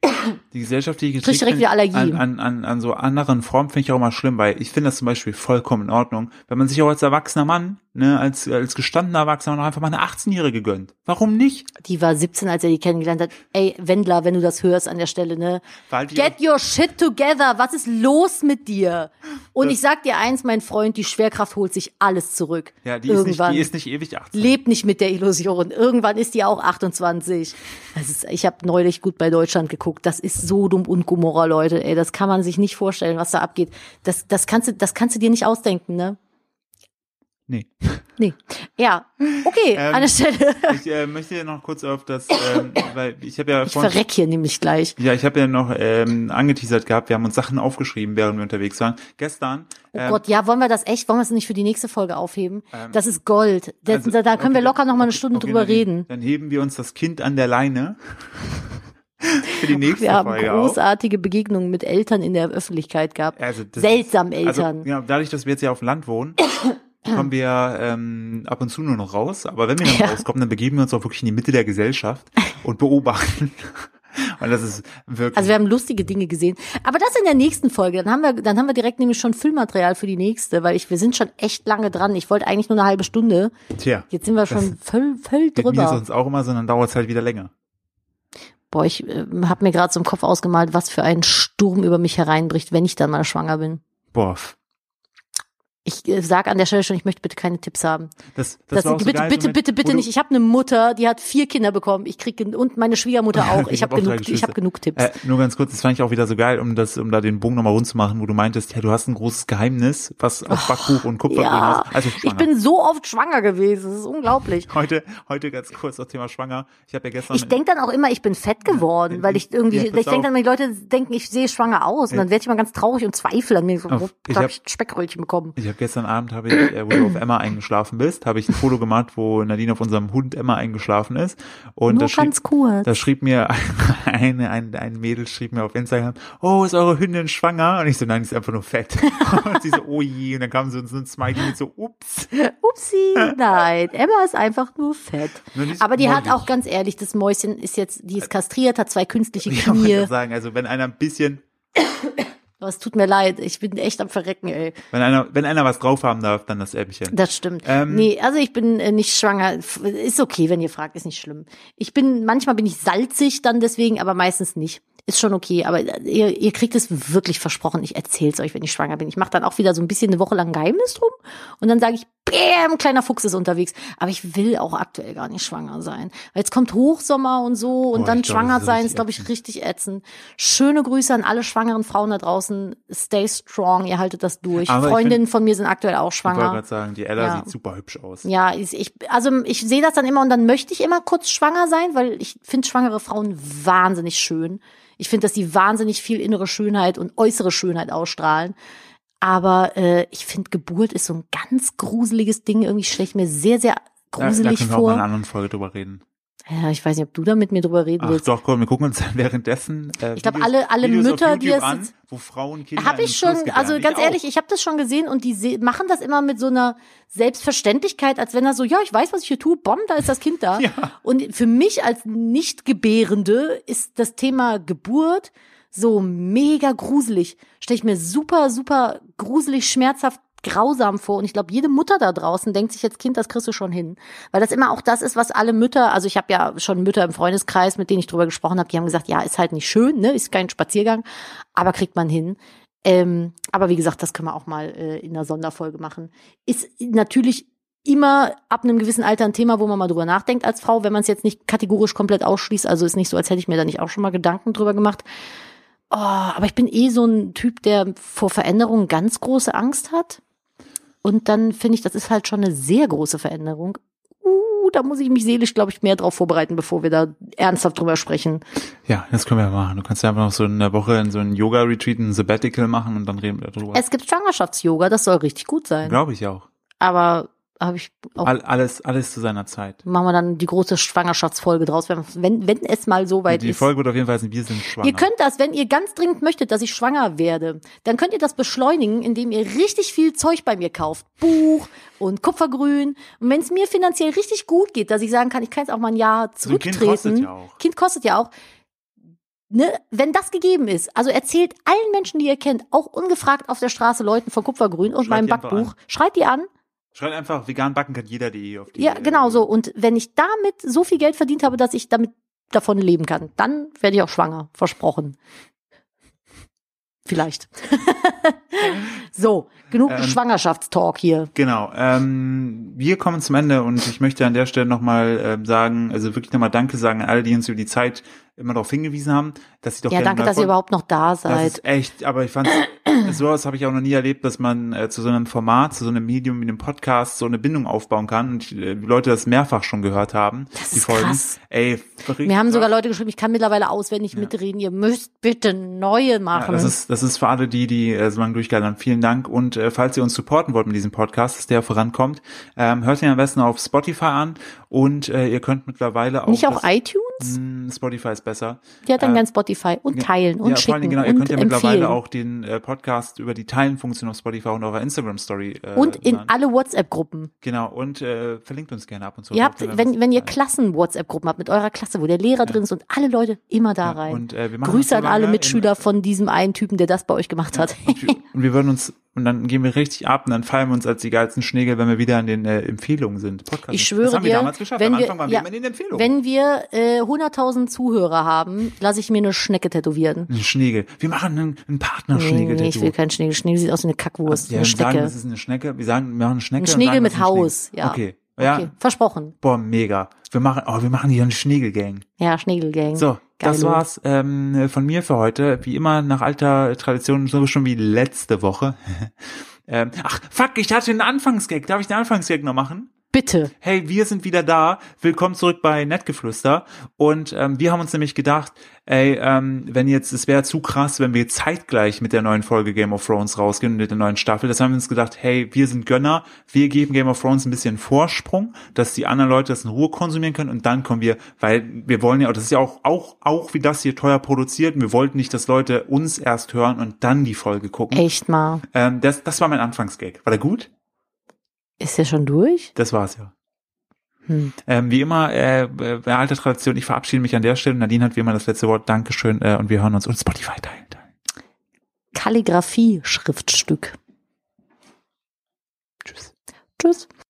die gesellschaftliche Kritik direkt an- wieder Allergie. An, an, an, an so anderen Formen finde ich auch immer schlimm, weil ich finde das zum Beispiel vollkommen in Ordnung, wenn man sich auch als erwachsener Mann, ne, als, als gestandener Erwachsener noch einfach mal eine 18-Jährige gönnt. Warum nicht? Die war 17, als er die kennengelernt hat. Ey, Wendler, wenn du das hörst an der Stelle, ne? Verhalte dich Get your shit together. Was ist los mit dir? Und ich sag dir eins, mein Freund, die Schwerkraft holt sich alles zurück. Ja, die ist, nicht, Irgendwann. die ist nicht ewig 18. Lebt nicht mit der Illusion. Irgendwann ist die auch 28. Das ist, ich habe neulich gut bei Deutschland geguckt. Das ist Sodom und Gomorra, Leute. Ey, das kann man sich nicht vorstellen, was da abgeht. Das, das, kannst, du, das kannst du dir nicht ausdenken, ne? Nee. Nee. Ja, okay, Ähm, an der Stelle. Ich äh, möchte ja noch kurz auf das, ähm, weil ich habe ja Ich verreck hier nämlich gleich. Ja, ich habe ja noch ähm, angeteasert gehabt, wir haben uns Sachen aufgeschrieben, während wir unterwegs waren. Gestern. Oh ähm, Gott, ja, wollen wir das echt? Wollen wir es nicht für die nächste Folge aufheben? Ähm, das ist Gold. Da, also, da können wir okay, locker noch mal eine okay, Stunde okay, drüber dann- reden. Dann heben wir uns das Kind an der Leine für die nächste Wir haben Folge auf. großartige Begegnungen mit Eltern in der Öffentlichkeit gehabt. Also, das Seltsam ist, also, Eltern. genau, dadurch, dass wir jetzt ja auf dem Land wohnen, kommen wir ähm, ab und zu nur noch raus. Aber wenn wir dann Ja. rauskommen, dann begeben wir uns auch wirklich in die Mitte der Gesellschaft und beobachten. Und das ist wirklich. also wir haben lustige Dinge gesehen. Aber das in der nächsten Folge. Dann haben wir, dann haben wir direkt nämlich schon Füllmaterial für die nächste, weil ich, wir sind schon echt lange dran. Ich wollte eigentlich nur eine halbe Stunde. tja, Jetzt sind wir schon voll, voll mit mir ist drüber. uns auch immer so, dann dauert es halt wieder länger. Boah, ich äh, habe mir gerade so im Kopf ausgemalt, was für ein Sturm über mich hereinbricht, wenn ich dann mal schwanger bin. Boah, Ich äh, sag an der Stelle schon, ich möchte bitte keine Tipps haben. das, das, Das war auch so bitte, geil, bitte, Moment, bitte, wo bitte du- nicht. Ich habe eine Mutter, die hat vier Kinder bekommen. Ich krieg gen- und meine Schwiegermutter auch. Ich hab habe auch drei genug, ich Geschwister. habe genug Tipps. Äh, nur ganz kurz, das fand ich auch wieder so geil, um das, um da den Bogen nochmal rund zu machen, wo du meintest, ja, du hast ein großes Geheimnis, was auf Backbuch und Kupfer Oh, ja, drin ist. Also ich schwanger. bin so oft schwanger gewesen. Das ist unglaublich. heute, heute ganz kurz das Thema schwanger. Ich habe ja gestern. Ich denk dann auch immer, ich bin fett geworden, Ja, weil ich irgendwie, ja, pass ich denk dann, die Leute denken, ich sehe schwanger aus. Und dann werde ich immer ganz traurig und zweifle an mir. So, Auf- wo ich hab hab- ich Speckröllchen bekommen? ich habe gestern Abend, habe ich, äh, wo du auf Emma eingeschlafen bist, habe ich ein Foto gemacht, wo Nadine auf unserem Hund Emma eingeschlafen ist. Und Nur da schrieb, ganz kurz. Da schrieb mir eine, ein, ein Mädel schrieb mir auf Instagram, oh, ist eure Hündin schwanger? Und ich so, nein, die ist einfach nur fett. und sie so, oh je. Und dann kam so, so ein Smiley mit so, ups. Upsi, nein, Emma ist einfach nur fett. Nur nicht Aber die hat mollig. auch ganz ehrlich, das Mäuschen ist jetzt, die ist kastriert, hat zwei künstliche Ja, wollte Knie. ich sagen, also wenn einer ein bisschen, Aber es tut mir leid, ich bin echt am Verrecken, ey. wenn einer, wenn einer was drauf haben darf, dann das Äppchen. Das stimmt. Ähm. nee, also ich bin äh, nicht schwanger. F- Ist okay, wenn ihr fragt, ist nicht schlimm. Ich bin, manchmal bin ich salzig dann deswegen, aber meistens nicht. Ist schon okay, aber äh, ihr, ihr kriegt es wirklich versprochen. Ich erzähl's euch, wenn ich schwanger bin. Ich mache dann auch wieder so ein bisschen eine Woche lang Geheimnis drum und dann sage ich, bäm, kleiner Fuchs ist unterwegs. Aber ich will auch aktuell gar nicht schwanger sein. Weil jetzt kommt Hochsommer und so und Boah, dann ich glaub, das schwanger ist sein richtig ist, glaube ich, richtig ätzend. Schöne Grüße an alle schwangeren Frauen da draußen. Stay strong, ihr haltet das durch. Aber ich Freundinnen von mir sind aktuell auch Ich wollte schwanger. gerade sagen, die Ella Ja. sieht super hübsch aus. Ja, ich, ich also ich sehe das dann immer und dann möchte ich immer kurz schwanger sein, weil ich finde schwangere Frauen wahnsinnig schön. Ich finde, dass sie wahnsinnig viel innere Schönheit und äußere Schönheit ausstrahlen. Aber äh, ich finde, Geburt ist so ein ganz gruseliges Ding. Irgendwie stelle ich mir sehr, sehr Da, da gruselig können wir auch mal in vor. einer anderen Folge drüber reden. Ja, ich weiß nicht, ob du da mit mir drüber reden Ach willst. doch, komm, wir gucken uns dann währenddessen äh, Ich glaub, alle- alle Videos Mütter, auf die YouTube es an, jetzt- wo Frauen Kinder Habe in ich den schon, Fluss gebären. also ganz auch. ehrlich, ich habe das schon gesehen und die se- machen das immer mit so einer Selbstverständlichkeit, als wenn er so, ja, ich weiß, was ich hier tue, bom, da ist das Kind da. Ja. Und für mich als Nicht-Gebärende ist das Thema Geburt so mega gruselig. Stelle ich mir super, super gruselig, schmerzhaft, grausam vor. Und ich glaube, jede Mutter da draußen denkt sich jetzt, Kind, das kriegst du schon hin. Weil das immer auch das ist, was alle Mütter, also ich habe ja schon Mütter im Freundeskreis, mit denen ich drüber gesprochen habe, die haben gesagt, ja, ist halt nicht schön, ne? ist kein Spaziergang, aber kriegt man hin. Ähm, aber wie gesagt, das können wir auch mal äh, in einer Sonderfolge machen. Ist natürlich immer ab einem gewissen Alter ein Thema, wo man mal drüber nachdenkt als Frau, wenn man es jetzt nicht kategorisch komplett ausschließt. Also ist nicht so, als hätte ich mir da nicht auch schon mal Gedanken drüber gemacht. Oh, aber ich bin eh so ein Typ, der vor Veränderungen ganz große Angst hat. Und dann finde ich, das ist halt schon eine sehr große Veränderung. Uh, da muss ich mich seelisch, glaube ich, mehr drauf vorbereiten, bevor wir da ernsthaft drüber sprechen. Ja, das können wir machen. Du kannst ja einfach noch so in der Woche in so einen Yoga-Retreat, ein Sabbatical machen und dann reden wir darüber. Es gibt Schwangerschafts-Yoga, das soll richtig gut sein. Glaube ich auch. Aber habe ich auch All, alles, alles zu seiner Zeit. machen wir dann die große Schwangerschaftsfolge draus, wenn, wenn, wenn es mal so weit Die ist. Folge wird auf jeden Fall sein, wir sind schwanger. Ihr könnt das, wenn ihr ganz dringend möchtet, dass ich schwanger werde, dann könnt ihr das beschleunigen, indem ihr richtig viel Zeug bei mir kauft. Buch und Kupfergrün. Und wenn es mir finanziell richtig gut geht, dass ich sagen kann, ich kann jetzt auch mal ein Jahr So ein zurücktreten. Kind kostet ja auch. Kind kostet ja auch. Ne, wenn das gegeben ist, also erzählt allen Menschen, die ihr kennt, auch ungefragt auf der Straße Leuten von Kupfergrün und Schreit meinem die einfach Backbuch, schreit die an. Schreibt einfach vegan backen kann jeder.de auf die. Ja, genau so. Und wenn ich damit so viel Geld verdient habe, dass ich damit davon leben kann, dann werde ich auch schwanger. Versprochen. Vielleicht. so, genug Ähm. Schwangerschaftstalk hier. Genau. Ähm, wir kommen zum Ende und ich möchte an der Stelle nochmal ähm, sagen, also wirklich nochmal Danke sagen an alle, die uns über die Zeit immer darauf hingewiesen haben, dass sie doch Ja, gerne danke, mal dass ihr folgen- überhaupt noch da Das seid. ist echt, aber ich fand sowas habe ich auch noch nie erlebt, dass man äh, zu so einem Format, zu so einem Medium wie einem Podcast so eine Bindung aufbauen kann und äh, die Leute das mehrfach schon gehört haben, das die ist Folgen. krass. Ey, Mir haben sogar Leute geschrieben, ich kann mittlerweile auswendig Ja. mitreden. Ihr müsst bitte neue Ja, machen. das ist, das ist für alle die, die äh, so lange durchgehalten haben. Vielen Dank. Und äh, falls ihr uns supporten wollt mit diesem Podcast, dass der vorankommt, ähm, hört ihn am besten auf Spotify an und äh, ihr könnt mittlerweile auch, Nicht auch das, iTunes? mh, Spotify ist besser. Ja, dann äh, ganz Spotify und teilen und ja, vor allen schicken Dingen, genau, ihr und könnt ja empfehlen. mittlerweile auch den äh, Podcast über die Teilen-Funktion auf Spotify und eurer Instagram-Story äh, und in hören. alle WhatsApp-Gruppen. Genau, und äh, verlinkt uns gerne ab und zu. Ihr habt, Auch, wenn, wenn ihr Ja, Klassen-WhatsApp-Gruppen habt mit eurer Klasse, wo der Lehrer drin ist und alle Leute immer da rein. Und, äh, wir machen Grüße das an so alle lange Mitschüler von diesem einen Typen, der das bei euch gemacht hat. In, und, wir, und wir würden uns, und dann gehen wir richtig ab und dann fallen wir uns als die geilsten Schnägel, wenn wir wieder an den äh, Empfehlungen sind. Podcast Ich schwöre das haben wir dir, damals geschafft. wenn Am wir- Anfang waren wir ja, immer in den Empfehlungen. Wenn wir äh, 100.000 Zuhörer haben, lasse ich mir eine Schnecke tätowieren. ein Schnägel. Wir machen einen, einen Nee, Partnerschnägel. nee, ich will keinen Schnegel. Schnegel sieht aus wie eine Kackwurst, ja, eine wir sagen, Schnecke. das ist eine Schnecke. Wir sagen, wir machen eine Schnecke. und Ein Schnägel sagen, das mit ist ein Schnägel. Haus, ja. Okay. Ja. Okay, versprochen. Boah, mega. Wir machen, oh, wir machen hier eine Schnägelgang. Ja, Schnegel-Gang. So, das Geilo. war's ähm, von mir für heute. Wie immer nach alter Tradition, so schon wie letzte Woche. ähm, ach, fuck, ich hatte einen Anfangsgag. Darf ich den Anfangsgag noch machen? Bitte. Hey, wir sind wieder da. Willkommen zurück bei Nettgeflüster. Und ähm, wir haben uns nämlich gedacht, ey, ähm, wenn jetzt, es wäre zu krass, wenn wir zeitgleich mit der neuen Folge Game of Thrones rausgehen und mit der neuen Staffel. Das haben wir uns gedacht, hey, wir sind Gönner, wir geben Game of Thrones ein bisschen Vorsprung, dass die anderen Leute das in Ruhe konsumieren können und dann kommen wir, weil wir wollen ja, das ist ja auch, auch, auch wie das hier teuer produziert. Und wir wollten nicht, dass Leute uns erst hören und dann die Folge gucken. Echt mal. Ähm, das, das war mein Anfangsgag. War der gut? Ist der schon durch? Das war's ja. Hm. Ähm, wie immer, äh, äh, bei alter Tradition, ich verabschiede mich an der Stelle. Nadine hat wie immer das letzte Wort. Dankeschön äh, und wir hören uns und Spotify teilen. teilen. Kalligraphie-Schriftstück. Tschüss. Tschüss.